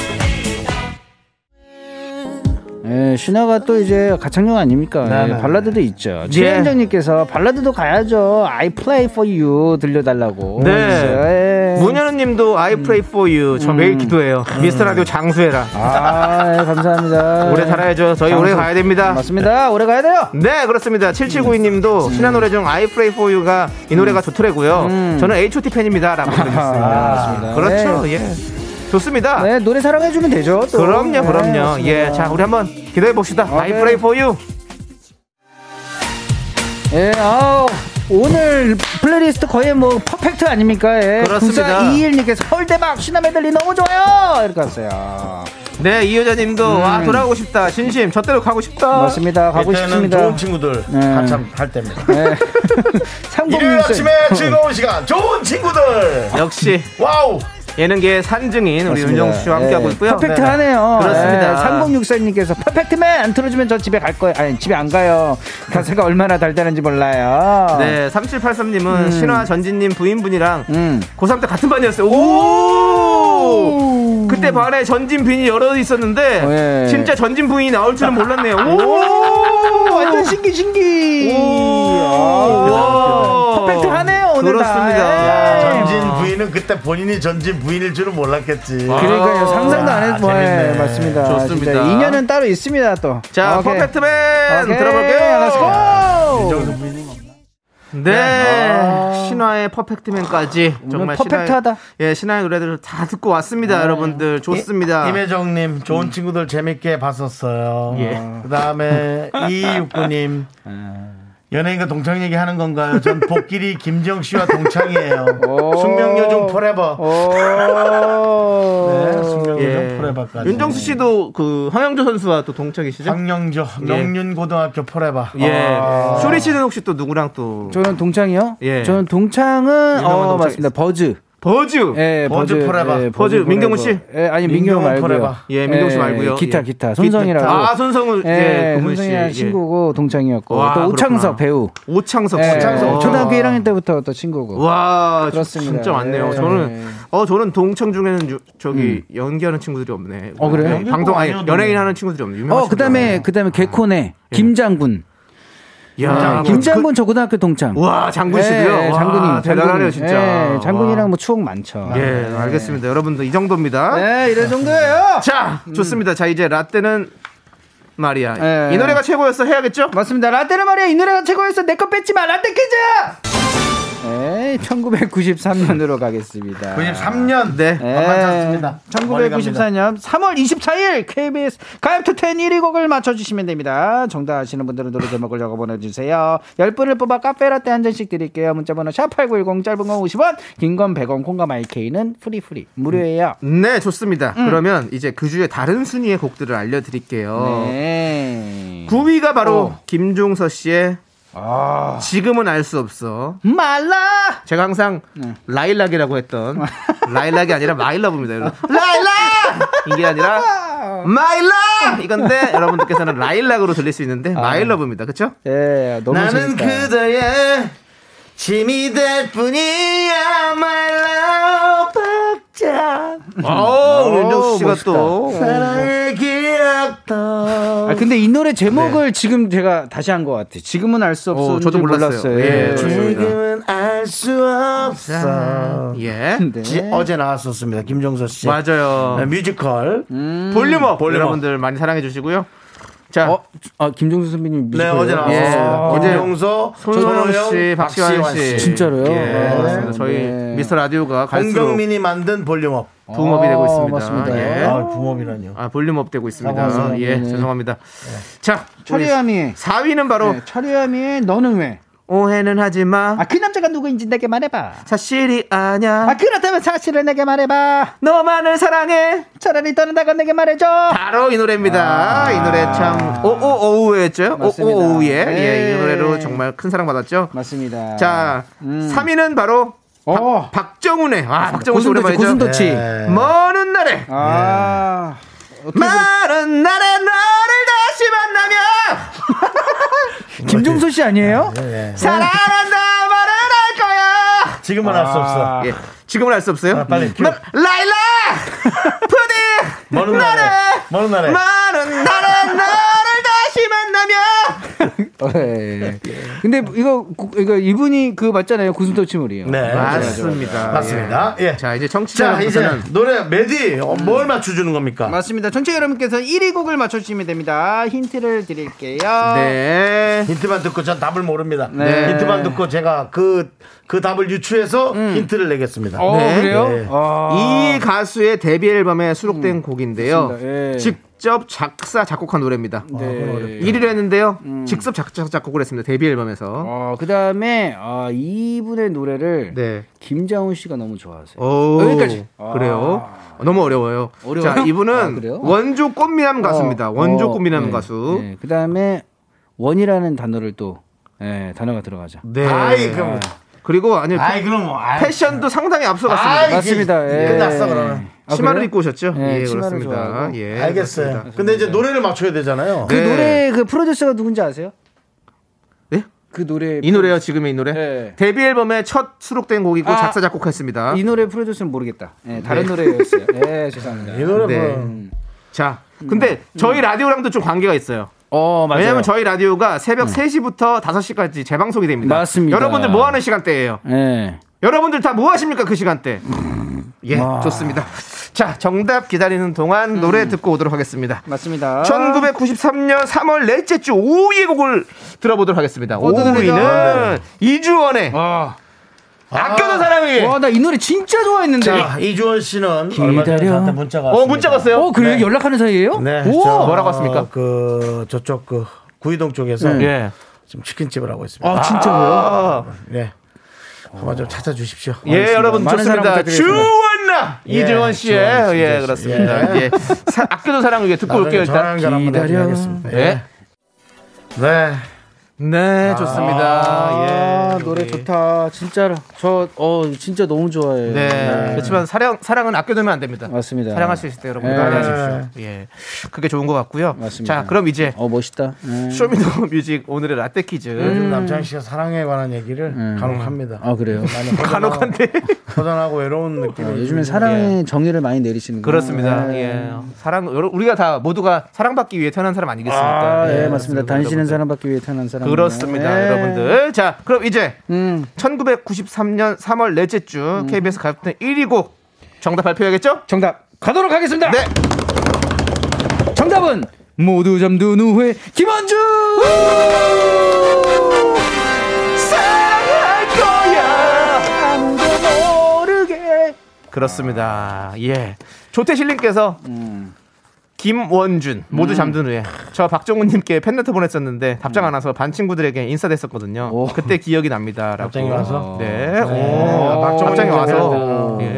Speaker 5: 예, 신화가 또 이제 가창력 아닙니까?
Speaker 2: 네,
Speaker 5: 예, 발라드도 있죠. 최현정님께서 발라드도 가야죠. I play for you 들려달라고.
Speaker 2: 네.
Speaker 5: 해주세요. 예.
Speaker 2: 문현우님도 I Pray for You
Speaker 5: 음.
Speaker 2: 저 매일 기도해요. 미스터 라디오 장수해라.
Speaker 5: 아, 예, 감사합니다.
Speaker 2: 오래 살아야죠. 저희
Speaker 5: 장수.
Speaker 2: 오래 가야 됩니다.
Speaker 5: 맞습니다. 오래 가야 돼요.
Speaker 2: 네 그렇습니다 7792님도 신화 노래 중 I Pray For You가 이
Speaker 5: 음.
Speaker 2: 노래가 좋더라고요 저는 H.O.T 팬입니다
Speaker 5: 아,
Speaker 2: 라고 보내주셨습니다
Speaker 5: 맞습니다.
Speaker 2: 그렇죠 예 좋습니다
Speaker 5: 네, 노래 사랑해주면 되죠. 또.
Speaker 2: 그럼요,
Speaker 5: 네,
Speaker 2: 그럼요.
Speaker 5: 맞습니다.
Speaker 2: 예, 자, 우리 한번 기도해 봅시다. I
Speaker 5: 네.
Speaker 2: pray for you.
Speaker 5: 예, 아우. 오늘 플레이리스트 거의 뭐 퍼펙트 아닙니까? 예.
Speaker 2: 그렇습니다.
Speaker 5: 9421님께서 헐대박 신화 메들리 너무 좋아요! 이렇게 하세요.
Speaker 2: 네, 이효자님도 와
Speaker 5: 음.
Speaker 2: 돌아오고 싶다. 진심, 저대로 가고 싶다.
Speaker 5: 맞습니다. 가고
Speaker 1: 이때는
Speaker 5: 싶습니다.
Speaker 1: 좋은 친구들
Speaker 5: 네.
Speaker 1: 한참 할 때입니다.
Speaker 5: 네.
Speaker 1: 일요일 아침에
Speaker 5: 3067.
Speaker 1: 즐거운 시간, 좋은 친구들.
Speaker 2: 역시
Speaker 1: 와우.
Speaker 2: 예능계의 산증인 우리 윤정수 씨와 함께 하고 있고요.
Speaker 5: 네. 퍼펙트하네요.
Speaker 2: 네. 그렇습니다.
Speaker 5: 3064님께서 퍼펙트맨 안 틀어주면 저 집에 갈 거예요. 아니 집에 안 가요. 가사가 얼마나 달달한지 몰라요.
Speaker 2: 네, 3783님은 신화 전진님 부인분이랑
Speaker 5: 음.
Speaker 2: 고3 때 같은 반이었어요. 오! 그때 그때 반에 전진 빈이 여러 있었는데
Speaker 5: 네.
Speaker 2: 진짜 전진 부인이 나올 줄은 몰랐네요.
Speaker 5: 아, 오,
Speaker 2: 오!
Speaker 5: 완전 신기 신기. 아,
Speaker 2: 와. 예.
Speaker 5: 퍼펙트하네요 오늘
Speaker 2: 그렇습니다.
Speaker 5: 다.
Speaker 1: 전진 부인은 그때 본인이 전진 부인일 줄은 몰랐겠지.
Speaker 5: 그러니까요 상상도 안 했어.
Speaker 1: 재밌네.
Speaker 5: 네, 맞습니다.
Speaker 2: 좋습니다.
Speaker 5: 진짜 인연은 따로 있습니다 또.
Speaker 2: 자,
Speaker 5: 오케이.
Speaker 2: 퍼펙트맨
Speaker 5: 오케이.
Speaker 2: 들어볼게요.
Speaker 5: 렛츠고.
Speaker 1: 정수 부인인 거 없나?
Speaker 2: 네. 신화의 퍼펙트맨까지 정말
Speaker 5: 퍼펙트하다.
Speaker 2: 신화의, 예, 신화의 노래들을 다 듣고 왔습니다, 여러분들.
Speaker 1: 아.
Speaker 2: 좋습니다.
Speaker 1: 임혜정님 좋은 친구들 재밌게 봤었어요.
Speaker 2: 예.
Speaker 1: 그다음에 이육구님 연예인과 동창 얘기하는 건가요? 전 복길이 김정 씨와 동창이에요. 숙명여중 포레버.
Speaker 5: 오.
Speaker 1: 네, 숙명여중
Speaker 2: 예.
Speaker 1: 포레버까지.
Speaker 2: 윤정수 씨도 그 황영조 선수와 또 동창이시죠?
Speaker 1: 황영조 아. 명륜고등학교 포레버.
Speaker 2: 예. 쇼리 씨는 혹시 또 누구랑 또
Speaker 5: 저는 동창이요.
Speaker 2: 예.
Speaker 5: 저는 동창은
Speaker 2: 유명한
Speaker 5: 어
Speaker 2: 동창이
Speaker 5: 맞습니다. 버즈.
Speaker 2: 버즈.
Speaker 5: 예,
Speaker 1: 버즈 포레버.
Speaker 2: 버즈, 민경훈 씨?
Speaker 5: 예, 아니 민경훈
Speaker 1: 민경훈
Speaker 5: 말고요.
Speaker 1: 포레버.
Speaker 2: 예, 민경 씨 말고요.
Speaker 5: 기타
Speaker 2: 예.
Speaker 5: 기타 손성이라고.
Speaker 2: 아, 손성우.
Speaker 5: 예,
Speaker 2: 예, 그분 씨.
Speaker 5: 손성이랑
Speaker 2: 예.
Speaker 5: 친구고 동창이었고
Speaker 2: 와,
Speaker 5: 또
Speaker 2: 그렇구나.
Speaker 5: 오창석 배우.
Speaker 2: 오창석 씨.
Speaker 5: 예,
Speaker 1: 오창석.
Speaker 5: 초등학교 1학년 때부터 또 친구고. 어,
Speaker 2: 와,
Speaker 5: 그렇습니다.
Speaker 2: 진짜 많네요.
Speaker 5: 예. 음.
Speaker 2: 저는 어 저는 동창 중에는 유- 저기 연기하는 친구들이 없네.
Speaker 5: 어, 그래요?
Speaker 2: 네, 방송 아니
Speaker 1: 아니어도.
Speaker 2: 연예인 하는 친구들이 없네. 유명한
Speaker 5: 어,
Speaker 2: 예.
Speaker 5: 그다음에 그다음에 개콘의 김장군.
Speaker 2: 야, 그,
Speaker 5: 김장군 저 고등학교 동창.
Speaker 2: 와, 장군
Speaker 5: 예,
Speaker 2: 씨도요.
Speaker 5: 예,
Speaker 2: 와,
Speaker 5: 장군이
Speaker 2: 대단하네요,
Speaker 5: 장군이.
Speaker 2: 진짜.
Speaker 5: 예, 장군이랑 뭐 추억 많죠.
Speaker 2: 와. 예, 알겠습니다. 여러분들 이 정도입니다.
Speaker 5: 네, 이런 정도예요.
Speaker 2: 자, 좋습니다. 자, 이제 라떼는 말이야.
Speaker 5: 예.
Speaker 2: 이 노래가 최고였어 해야겠죠?
Speaker 5: 맞습니다. 라떼는 말이야 이 노래가 최고였어. 내 거 뺏지 마. 라떼 퀴즈. 네, 1993년으로 가겠습니다.
Speaker 1: 93년.
Speaker 2: 네.
Speaker 5: 예.
Speaker 1: 반갑습니다. 머리 갑니다.
Speaker 5: 1994년 3월 24일 KBS 가입투텐 1위 곡을 맞춰주시면 됩니다. 정답 아시는 분들은 노래 제목을 적어 보내주세요. 10분을 뽑아 카페라떼 한 잔씩 드릴게요. 문자번호 샵8910 짧은 건 50원 긴 건 100원 콩과 마이케이는 프리프리 무료예요.
Speaker 2: 네, 좋습니다.
Speaker 5: 음.
Speaker 2: 그러면 이제 그 주에 다른 순위의 곡들을 알려
Speaker 1: 음.
Speaker 2: 드릴게요.
Speaker 5: 네.
Speaker 2: 9위가 바로 김종서 씨의
Speaker 5: 아.
Speaker 1: 어.
Speaker 2: 지금은 알 수 없어.
Speaker 5: 말라
Speaker 2: 제가 항상
Speaker 5: 네.
Speaker 2: 라일락이라고 했던 라일락이 아니라 마일러브입니다. 여러분. 라일락 이게 아니라 마일러 이건데 여러분들께서는 라일락으로 들릴 수 있는데 마일러브입니다. 그렇죠?
Speaker 5: 예, 아. 너무
Speaker 1: 나는
Speaker 5: 재밌다.
Speaker 1: 그대의 짐이 될 뿐이야 my love 박자
Speaker 2: 오, 윤정수 씨가
Speaker 5: 음. 멋있다.
Speaker 2: 또
Speaker 1: 사랑의 기억도
Speaker 5: 아, 근데 이 노래 제목을 지금 제가 다시 한 것 같아. 지금은 알 수 없어.
Speaker 2: 어, 저도 몰랐어요. 예, 좋습니다.
Speaker 1: 지금은 알 수 없어
Speaker 2: 예.
Speaker 1: 지- 어제 나왔었습니다 김종서 씨
Speaker 2: 맞아요.
Speaker 1: 네, 뮤지컬
Speaker 2: 음, 볼륨업
Speaker 1: 음. 볼륨업.
Speaker 2: 여러분들 많이 사랑해 주시고요. 자,
Speaker 5: 어, 아, 김종수 선배님
Speaker 1: 네
Speaker 5: 뮤지컬.
Speaker 1: 어제 나왔었습니다
Speaker 2: 어제
Speaker 1: 김종서
Speaker 2: 아, 네. 손호영 씨,
Speaker 1: 손호영,
Speaker 2: 박시환 씨.
Speaker 5: 진짜로요?
Speaker 2: 예,
Speaker 5: 네.
Speaker 2: 그렇습니다. 저희
Speaker 5: 네.
Speaker 2: 미스터 라디오가 갈수록
Speaker 1: 홍경민이 만든 볼륨업
Speaker 2: 부음업이 되고
Speaker 5: 아,
Speaker 2: 있습니다.
Speaker 5: 맞습니다.
Speaker 2: 예.
Speaker 1: 아 붐업이라뇨
Speaker 2: 어, 아, 볼륨업 되고
Speaker 1: 아,
Speaker 2: 있습니다. 네.
Speaker 1: 맞습니다.
Speaker 2: 예, 죄송합니다. 자,
Speaker 5: 철이함이
Speaker 2: 4위는 바로
Speaker 5: 네, 철이함이 너는 왜?
Speaker 2: 오해는 하지 마.
Speaker 5: 아 그 남자가 누구인지 내게 말해봐.
Speaker 2: 사실이 아냐.
Speaker 5: 아 그렇다면 사실을 내게 말해봐.
Speaker 2: 너만을 사랑해.
Speaker 5: 차라리 떠난다고 내게 말해줘.
Speaker 2: 바로 이 노래입니다. 이 노래 참 오오오우였죠.
Speaker 5: 아. 맞습니다.
Speaker 2: 오오오우예. 예,
Speaker 5: 예. 아.
Speaker 2: 이 노래로 정말 큰 사랑 받았죠.
Speaker 5: 맞습니다.
Speaker 2: 자, 3위는 바로
Speaker 5: 음. 어.
Speaker 2: 박, 정훈의 아, 박정훈 씨
Speaker 5: 고슴도치
Speaker 2: 오랜만이죠.
Speaker 5: 고슴도치.
Speaker 2: 네.
Speaker 1: 예.
Speaker 2: 먼 날에
Speaker 5: 아 어떻게
Speaker 2: 마른 날에 너를 다시 만나면
Speaker 5: 보- 김종수 씨 아니에요?
Speaker 2: 사랑한다 말을 할 거야.
Speaker 1: 지금은 알 수 없어
Speaker 2: 예, 지금은 알 수 없어요.
Speaker 1: 아, 빨리
Speaker 2: 마-
Speaker 1: 큐.
Speaker 2: 라일라 푸디
Speaker 1: 먼 날에, 먼
Speaker 5: 네.
Speaker 1: 날에.
Speaker 2: 마른 날에 너를 다시 만나면
Speaker 5: 어, 예, 예. 근데 이거 구- 이거 이분이 그 맞잖아요 고슴도치물이요.
Speaker 1: 네
Speaker 2: 맞습니다.
Speaker 1: 맞습니다 예.
Speaker 2: 예. 자 이제 청취자
Speaker 1: 자 이제
Speaker 2: 여러분께서는 음.
Speaker 1: 노래 메디 어, 뭘 맞춰주는 겁니까?
Speaker 5: 맞습니다. 청취자 여러분께서 1위 곡을 맞춰주시면 됩니다. 힌트를 드릴게요.
Speaker 2: 네.
Speaker 1: 힌트만 듣고 전 답을 모릅니다.
Speaker 5: 네.
Speaker 1: 힌트만 듣고 제가 그 그 답을 유추해서
Speaker 2: 음.
Speaker 1: 힌트를 내겠습니다.
Speaker 5: 어,
Speaker 2: 네.
Speaker 5: 그래요?
Speaker 1: 네.
Speaker 2: 이 가수의 데뷔 앨범에 수록된 곡인데요.
Speaker 5: 맞습니다. 아. 음, 예. 아,
Speaker 2: 직접 작사 작곡한 노래입니다.
Speaker 1: 네.
Speaker 2: 1위를 했는데요. 직접 작사 작곡을 했습니다. 데뷔 앨범에서.
Speaker 5: 음. 어, 그 다음에 아, 이분의 노래를
Speaker 2: 네. 어,
Speaker 5: 김장훈 씨가 너무 좋아하세요.
Speaker 2: 오,
Speaker 5: 여기까지. 아.
Speaker 2: 그래요. 너무 어려워요.
Speaker 5: 어려워요?
Speaker 2: 자, 이분은
Speaker 5: 아, 그래요?
Speaker 2: 원조 꽃미남 가수입니다.
Speaker 5: 어,
Speaker 2: 원조
Speaker 5: 어,
Speaker 2: 꽃미남
Speaker 5: 네,
Speaker 2: 가수.
Speaker 5: 네. 그 다음에 원이라는 단어를 또 예, 단어가 들어가죠.
Speaker 2: 네.
Speaker 1: 아이 그럼
Speaker 2: 그리고 아니
Speaker 1: 아이 그럼 뭐, 아이.
Speaker 2: 네. 패션도 상당히 앞서갔습니다.
Speaker 1: 아이,
Speaker 5: 맞습니다.
Speaker 1: 이게
Speaker 5: 예.
Speaker 1: 끝났어, 그러면.
Speaker 5: 아,
Speaker 2: 치마를
Speaker 5: 그래요?
Speaker 2: 입고 오셨죠?
Speaker 5: 네,
Speaker 2: 예,
Speaker 5: 치마를
Speaker 2: 그렇습니다.
Speaker 5: 좋아하고.
Speaker 2: 예.
Speaker 1: 알겠어요.
Speaker 2: 그렇습니다.
Speaker 1: 근데 이제 노래를 맞춰야 되잖아요.
Speaker 5: 그
Speaker 2: 네.
Speaker 5: 노래 그 프로듀서가 누군지 아세요?
Speaker 2: 예?
Speaker 5: 그 노래
Speaker 2: 이 노래요, 지금의 이 노래.
Speaker 5: 네.
Speaker 2: 데뷔 앨범에 첫 수록된 곡이고
Speaker 5: 아.
Speaker 2: 작사 작곡했습니다.
Speaker 5: 이 노래 프로듀서는 모르겠다. 예, 다른 노래였어요. 예, 죄송합니다.
Speaker 1: 이 노래
Speaker 2: 네.
Speaker 1: 뭐
Speaker 2: 자, 근데 저희 라디오랑도 좀 관계가 있어요.
Speaker 5: 어, 맞아요. 음.
Speaker 2: 왜냐면 저희 라디오가 새벽 3시부터 5시까지 재방송이 됩니다.
Speaker 5: 맞습니다.
Speaker 2: 여러분들 뭐 하는 시간대예요?
Speaker 5: 예.
Speaker 2: 여러분들 다 뭐 하십니까 그 시간대?
Speaker 5: 음.
Speaker 2: 예, 좋습니다. 자, 정답 기다리는
Speaker 5: 음.
Speaker 2: 동안 노래 듣고 오도록 하겠습니다.
Speaker 5: 맞습니다.
Speaker 2: 1993년 3월 넷째 주 5위의 곡을 들어보도록 하겠습니다.
Speaker 5: 어떤
Speaker 2: 5위는
Speaker 5: 노래죠?
Speaker 2: 이주원의
Speaker 5: 아.
Speaker 2: 아껴둔 사랑을 위해.
Speaker 5: 와, 나 이 노래 진짜 좋아했는데.
Speaker 1: 자, 이주원 씨는 얼마 전에
Speaker 5: 기다려.
Speaker 1: 저한테 문자가
Speaker 2: 어, 문자
Speaker 1: 왔습니다.
Speaker 2: 왔어요?
Speaker 5: 어, 그래요? 연락하는 사이에요?
Speaker 1: 네.
Speaker 5: 오!
Speaker 1: 저,
Speaker 2: 뭐라고 왔습니까?
Speaker 1: 어, 그 저쪽 그 구이동 쪽에서
Speaker 2: 예.
Speaker 1: 지금 치킨집을 하고 있습니다.
Speaker 5: 아, 진짜요?
Speaker 1: 네. 한번 좀 찾아주십시오.
Speaker 2: 예, 여러분
Speaker 5: 많은 사랑
Speaker 2: 좋습니다.
Speaker 5: 부탁드리겠습니다.
Speaker 2: 주원나
Speaker 1: 예,
Speaker 2: 이주원 씨의
Speaker 1: 주원 씨,
Speaker 2: 예,
Speaker 1: 주원 씨.
Speaker 2: 그렇습니다. 예. 사- 아껴둔 사랑을 위해 듣고 올게요,
Speaker 1: 나중에 전화
Speaker 2: 일단.
Speaker 1: 연결 한번
Speaker 5: 기다려.
Speaker 1: 해드리겠습니다. 예.
Speaker 2: 예.
Speaker 1: 네.
Speaker 2: 네, 좋습니다.
Speaker 5: 아,
Speaker 2: 예.
Speaker 5: 노래 좋다. 진짜로. 저, 어, 진짜 너무 좋아해요.
Speaker 2: 네. 그렇지만 사랑 사랑은 아껴두면 안 됩니다.
Speaker 5: 맞습니다.
Speaker 2: 사랑할 수 있을 때 여러분
Speaker 5: 예.
Speaker 2: 사랑하십시오. 예. 그게 좋은 것 같고요.
Speaker 5: 맞습니다.
Speaker 2: 자, 그럼 이제
Speaker 5: 어, 멋있다. 예.
Speaker 2: 쇼미더뮤직 오늘의 라떼 퀴즈.
Speaker 1: 요즘 남창희 씨가 사랑에 관한 얘기를 간혹 합니다.
Speaker 5: 아, 그래요?
Speaker 1: 많이 허전하고-
Speaker 2: 음. 간혹한데. 아,
Speaker 1: 허전하고 외로운 느낌이
Speaker 5: 요즘엔 사랑의 정의를 많이 내리시는
Speaker 2: 예.
Speaker 5: 거
Speaker 2: 그렇습니다. 예. 사랑 여러- 우리가 다 모두가 사랑받기 위해 태어난 사람 아니겠습니까?
Speaker 5: 아, 예,
Speaker 2: 예,
Speaker 5: 맞습니다. 다니시는 사람 받기 위해 태어난 사람.
Speaker 2: 그렇습니다,
Speaker 5: 예.
Speaker 2: 여러분들. 자, 그럼 이제
Speaker 5: 음.
Speaker 2: 1993년 3월 넷째 주 KBS 가요톱 1위 곡 정답 발표해야겠죠?
Speaker 5: 정답 가도록 하겠습니다.
Speaker 2: 네.
Speaker 5: 정답은 모두 잠든 후에 김원준.
Speaker 2: 사랑할 거야 아무도 모르게 그렇습니다 예 조태실님께서 김원준 모두 잠든 후에 저 박정훈님께 팬레터 보냈었는데 답장 안 와서 반 친구들에게 인사됐었거든요
Speaker 5: 오.
Speaker 2: 그때 기억이 납니다라고
Speaker 1: 갑자기 와서?
Speaker 2: 네
Speaker 1: 아,
Speaker 2: 오.
Speaker 1: 박정훈님
Speaker 2: 답장이 와서
Speaker 1: 팬레터.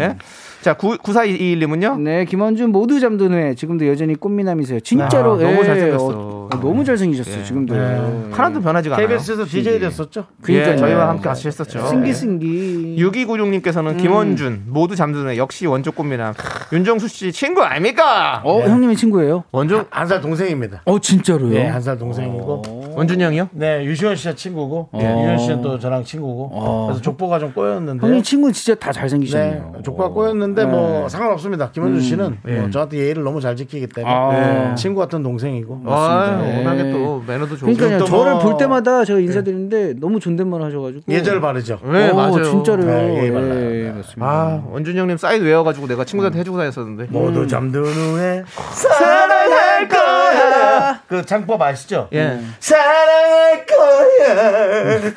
Speaker 2: 예자 9421님은요
Speaker 5: 네, 김원준 모두 잠든 후에 지금도 여전히 꽃미남이세요. 진짜로
Speaker 2: 아, 너무
Speaker 5: 예,
Speaker 2: 잘생겼어. 네.
Speaker 5: 어, 어, 너무 잘생기셨어요. 지금도. 예.
Speaker 2: 하나도 변하지가 않아요
Speaker 1: KBS에서 DJ 됐었죠?
Speaker 5: 그러니까요.
Speaker 2: 예, 저희와 함께 같이 했었죠
Speaker 5: 승기
Speaker 2: 예.
Speaker 5: 승기.
Speaker 2: 6296님께서는 김원준 모두 잠드는 애 역시 원조 꽃미남 윤정수 씨 친구 아닙니까?
Speaker 5: 어, 형님의 친구예요?
Speaker 2: 원준
Speaker 1: 한 살 동생입니다.
Speaker 5: 어, 진짜로요?
Speaker 1: 네, 한 살 동생이고.
Speaker 2: 원준 형이요?
Speaker 1: 네, 유시원 씨와 친구고.
Speaker 5: 어.
Speaker 1: 네, 유현 씨는 또 저랑 친구고. 그래서 족보가 좀 꼬였는데.
Speaker 5: 형님 친구 진짜 다
Speaker 1: 네,
Speaker 5: 잘생기셨네요. 네. 음,
Speaker 1: 족보가 꼬였는데 뭐 상관없습니다. 김원준 씨는 뭐 저한테 예의를 너무 잘 지키기 때문에
Speaker 5: 아.
Speaker 1: 네, 친구 같은 동생이고.
Speaker 2: 아,
Speaker 5: 예.
Speaker 2: 워낙에 또 매너도 좋고.
Speaker 5: 그러니까요.
Speaker 1: 또
Speaker 5: 저를
Speaker 1: 뭐-
Speaker 5: 볼 때마다 제가 인사드리는데 너무 존댓말 하셔가지고
Speaker 1: 예절 바르죠.
Speaker 2: 네,
Speaker 5: 오,
Speaker 2: 맞아요.
Speaker 5: 진짜로요.
Speaker 1: 네, 예, 맞아요.
Speaker 5: 예, 맞습니다.
Speaker 2: 아, 원준 형님 사인 외워가지고 내가 친구들한테 해주고 다녔었는데.
Speaker 1: 모두 잠든 후에
Speaker 2: 사랑할 거야.
Speaker 1: 그 창법 아시죠?
Speaker 2: 예.
Speaker 1: 사랑할 거야.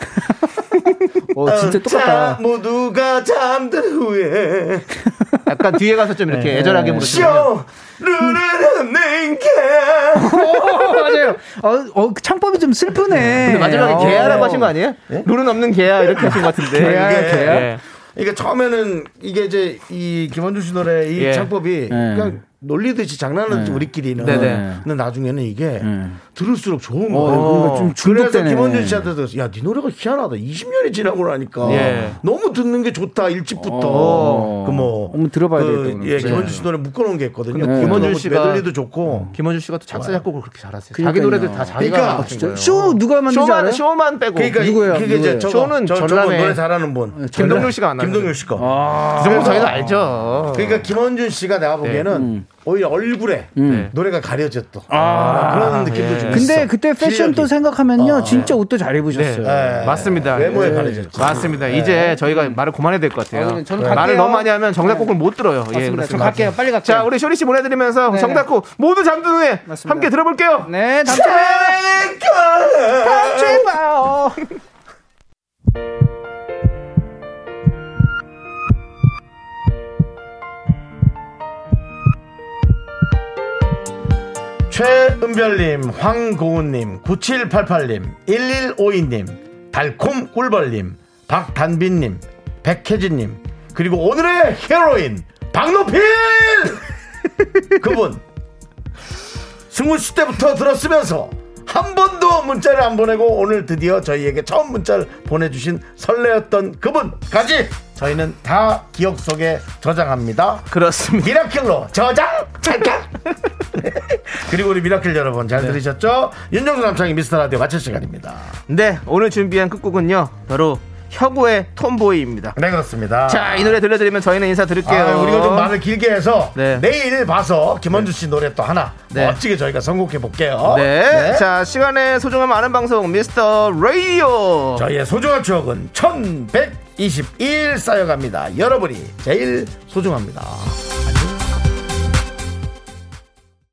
Speaker 5: 어, 진짜 똑같다.
Speaker 1: 자, 모두가 잠든 후에
Speaker 2: 약간 뒤에 가서 좀 이렇게 애절하게 부르시면.
Speaker 1: 쇼 르르르 는 게.
Speaker 5: 어, 맞아요. 어, 어, 창법이 좀 슬프네.
Speaker 2: 근데 마지막에 개야라고
Speaker 5: 어.
Speaker 2: 하신 거 아니에요? 룰은 없는 개야 이렇게 하신 것 같은데.
Speaker 5: 아,
Speaker 1: 개야, 개야?
Speaker 2: 예.
Speaker 1: 이게 그러니까 처음에는 이게 이제 이 김원준 씨 노래 이
Speaker 2: 예.
Speaker 1: 창법이 그냥 놀리듯이 장난하는
Speaker 5: 예.
Speaker 1: 우리끼리는
Speaker 2: 네네.
Speaker 1: 근데 나중에는 이게 들을수록 좋은
Speaker 5: 어,
Speaker 1: 거예요.
Speaker 5: 그러니까 좀
Speaker 1: 그래서
Speaker 5: 중독되네.
Speaker 1: 김원준 씨한테 들었어. 야, 네 노래가 희한하다. 20년이 지나고 나니까
Speaker 2: 예.
Speaker 1: 너무 듣는 게 좋다. 1집부터.
Speaker 2: 어.
Speaker 1: 그뭐
Speaker 5: 한번 들어봐야 되겠다, 네. 오늘.
Speaker 1: 예, 김원준 씨 노래 묶어 놓은 게 있거든요.
Speaker 2: 근데 김원준
Speaker 1: 너무
Speaker 2: 씨가-
Speaker 1: 메들리도
Speaker 5: 어.
Speaker 1: 좋고. 어.
Speaker 2: 김원준 씨가 또 작사 작곡을 그렇게 잘하세요. 자기
Speaker 5: 그러니까요.
Speaker 2: 노래들 다 자기가
Speaker 1: 그러니까.
Speaker 2: 만드신
Speaker 5: 진짜
Speaker 2: 거예요.
Speaker 5: 쇼 누가 만든지
Speaker 2: 쇼만
Speaker 5: 알아요?
Speaker 2: 쇼만 빼고.
Speaker 1: 그러니까 이-
Speaker 5: 누구예요?
Speaker 1: 그게 이제
Speaker 5: 누구예요?
Speaker 1: 저거,
Speaker 2: 저는
Speaker 1: 저, 저거
Speaker 2: 전남에-
Speaker 1: 노래 잘하는 분.
Speaker 2: 김동률 씨가 안 나와요.
Speaker 1: 김동률 씨 거.
Speaker 2: 그 정도 저희도 알죠.
Speaker 5: 어.
Speaker 1: 그러니까 김원준 씨가 내가 보기에는
Speaker 5: 네.
Speaker 1: 음. 오히려 얼굴에
Speaker 2: 음.
Speaker 1: 노래가 가려졌다 그런 느낌도 좀
Speaker 5: 아. 근데
Speaker 1: 있어.
Speaker 5: 그때 패션도
Speaker 1: 실력이.
Speaker 5: 생각하면요, 진짜 옷도 잘 입으셨어요.
Speaker 1: 네.
Speaker 2: 맞습니다.
Speaker 1: 외모에
Speaker 2: 예.
Speaker 1: 가려졌죠.
Speaker 2: 맞습니다. 이제 저희가 말을 그만해야 될 것 같아요.
Speaker 5: 아, 저는
Speaker 2: 예.
Speaker 5: 갈게요.
Speaker 2: 말을 너무 많이 하면 정답곡을 못 들어요. 예,
Speaker 5: 맞습니다. 저
Speaker 2: 그렇습니다.
Speaker 5: 갈게요. 빨리 갈게요.
Speaker 2: 자, 우리 쇼리 씨 보내드리면서
Speaker 5: 네.
Speaker 2: 정답곡 모두 잠든 후에
Speaker 5: 맞습니다.
Speaker 2: 함께 들어볼게요.
Speaker 5: 네, 다음 주에
Speaker 2: 다음 주에 봐요.
Speaker 1: 최은별님, 황고은님, 9788님, 1152님, 달콤 꿀벌님, 박단빈님, 백혜진님, 그리고 오늘의 헤로인 박노필 그분 승우 씨 때부터 들었으면서 한 번도 문자를 안 보내고 오늘 드디어 저희에게 처음 문자를 보내주신 설레었던 그분까지 저희는 다 기억 속에 저장합니다.
Speaker 2: 그렇습니다.
Speaker 1: 미라클로 저장 잠깐 그리고 우리 미라클 여러분 잘 들으셨죠? 윤정수 남창희 미스터 라디오 마칠 시간입니다.
Speaker 2: 네, 오늘 준비한 끝곡은요. 바로 혁오의 톰보이입니다.
Speaker 1: 네 그렇습니다.
Speaker 2: 자, 이 노래 들려드리면 저희는 인사드릴게요.
Speaker 1: 아, 우리가 좀 말을 길게 해서
Speaker 2: 네.
Speaker 1: 내일 봐서 김원주 씨 노래 또 하나
Speaker 2: 네.
Speaker 1: 멋지게 저희가 선곡해 볼게요.
Speaker 2: 네. 자, 시간의 소중함 아는 방송 미스터 라디오.
Speaker 1: 저희의 소중한 추억은 1121 쌓여갑니다. 여러분이 제일 소중합니다.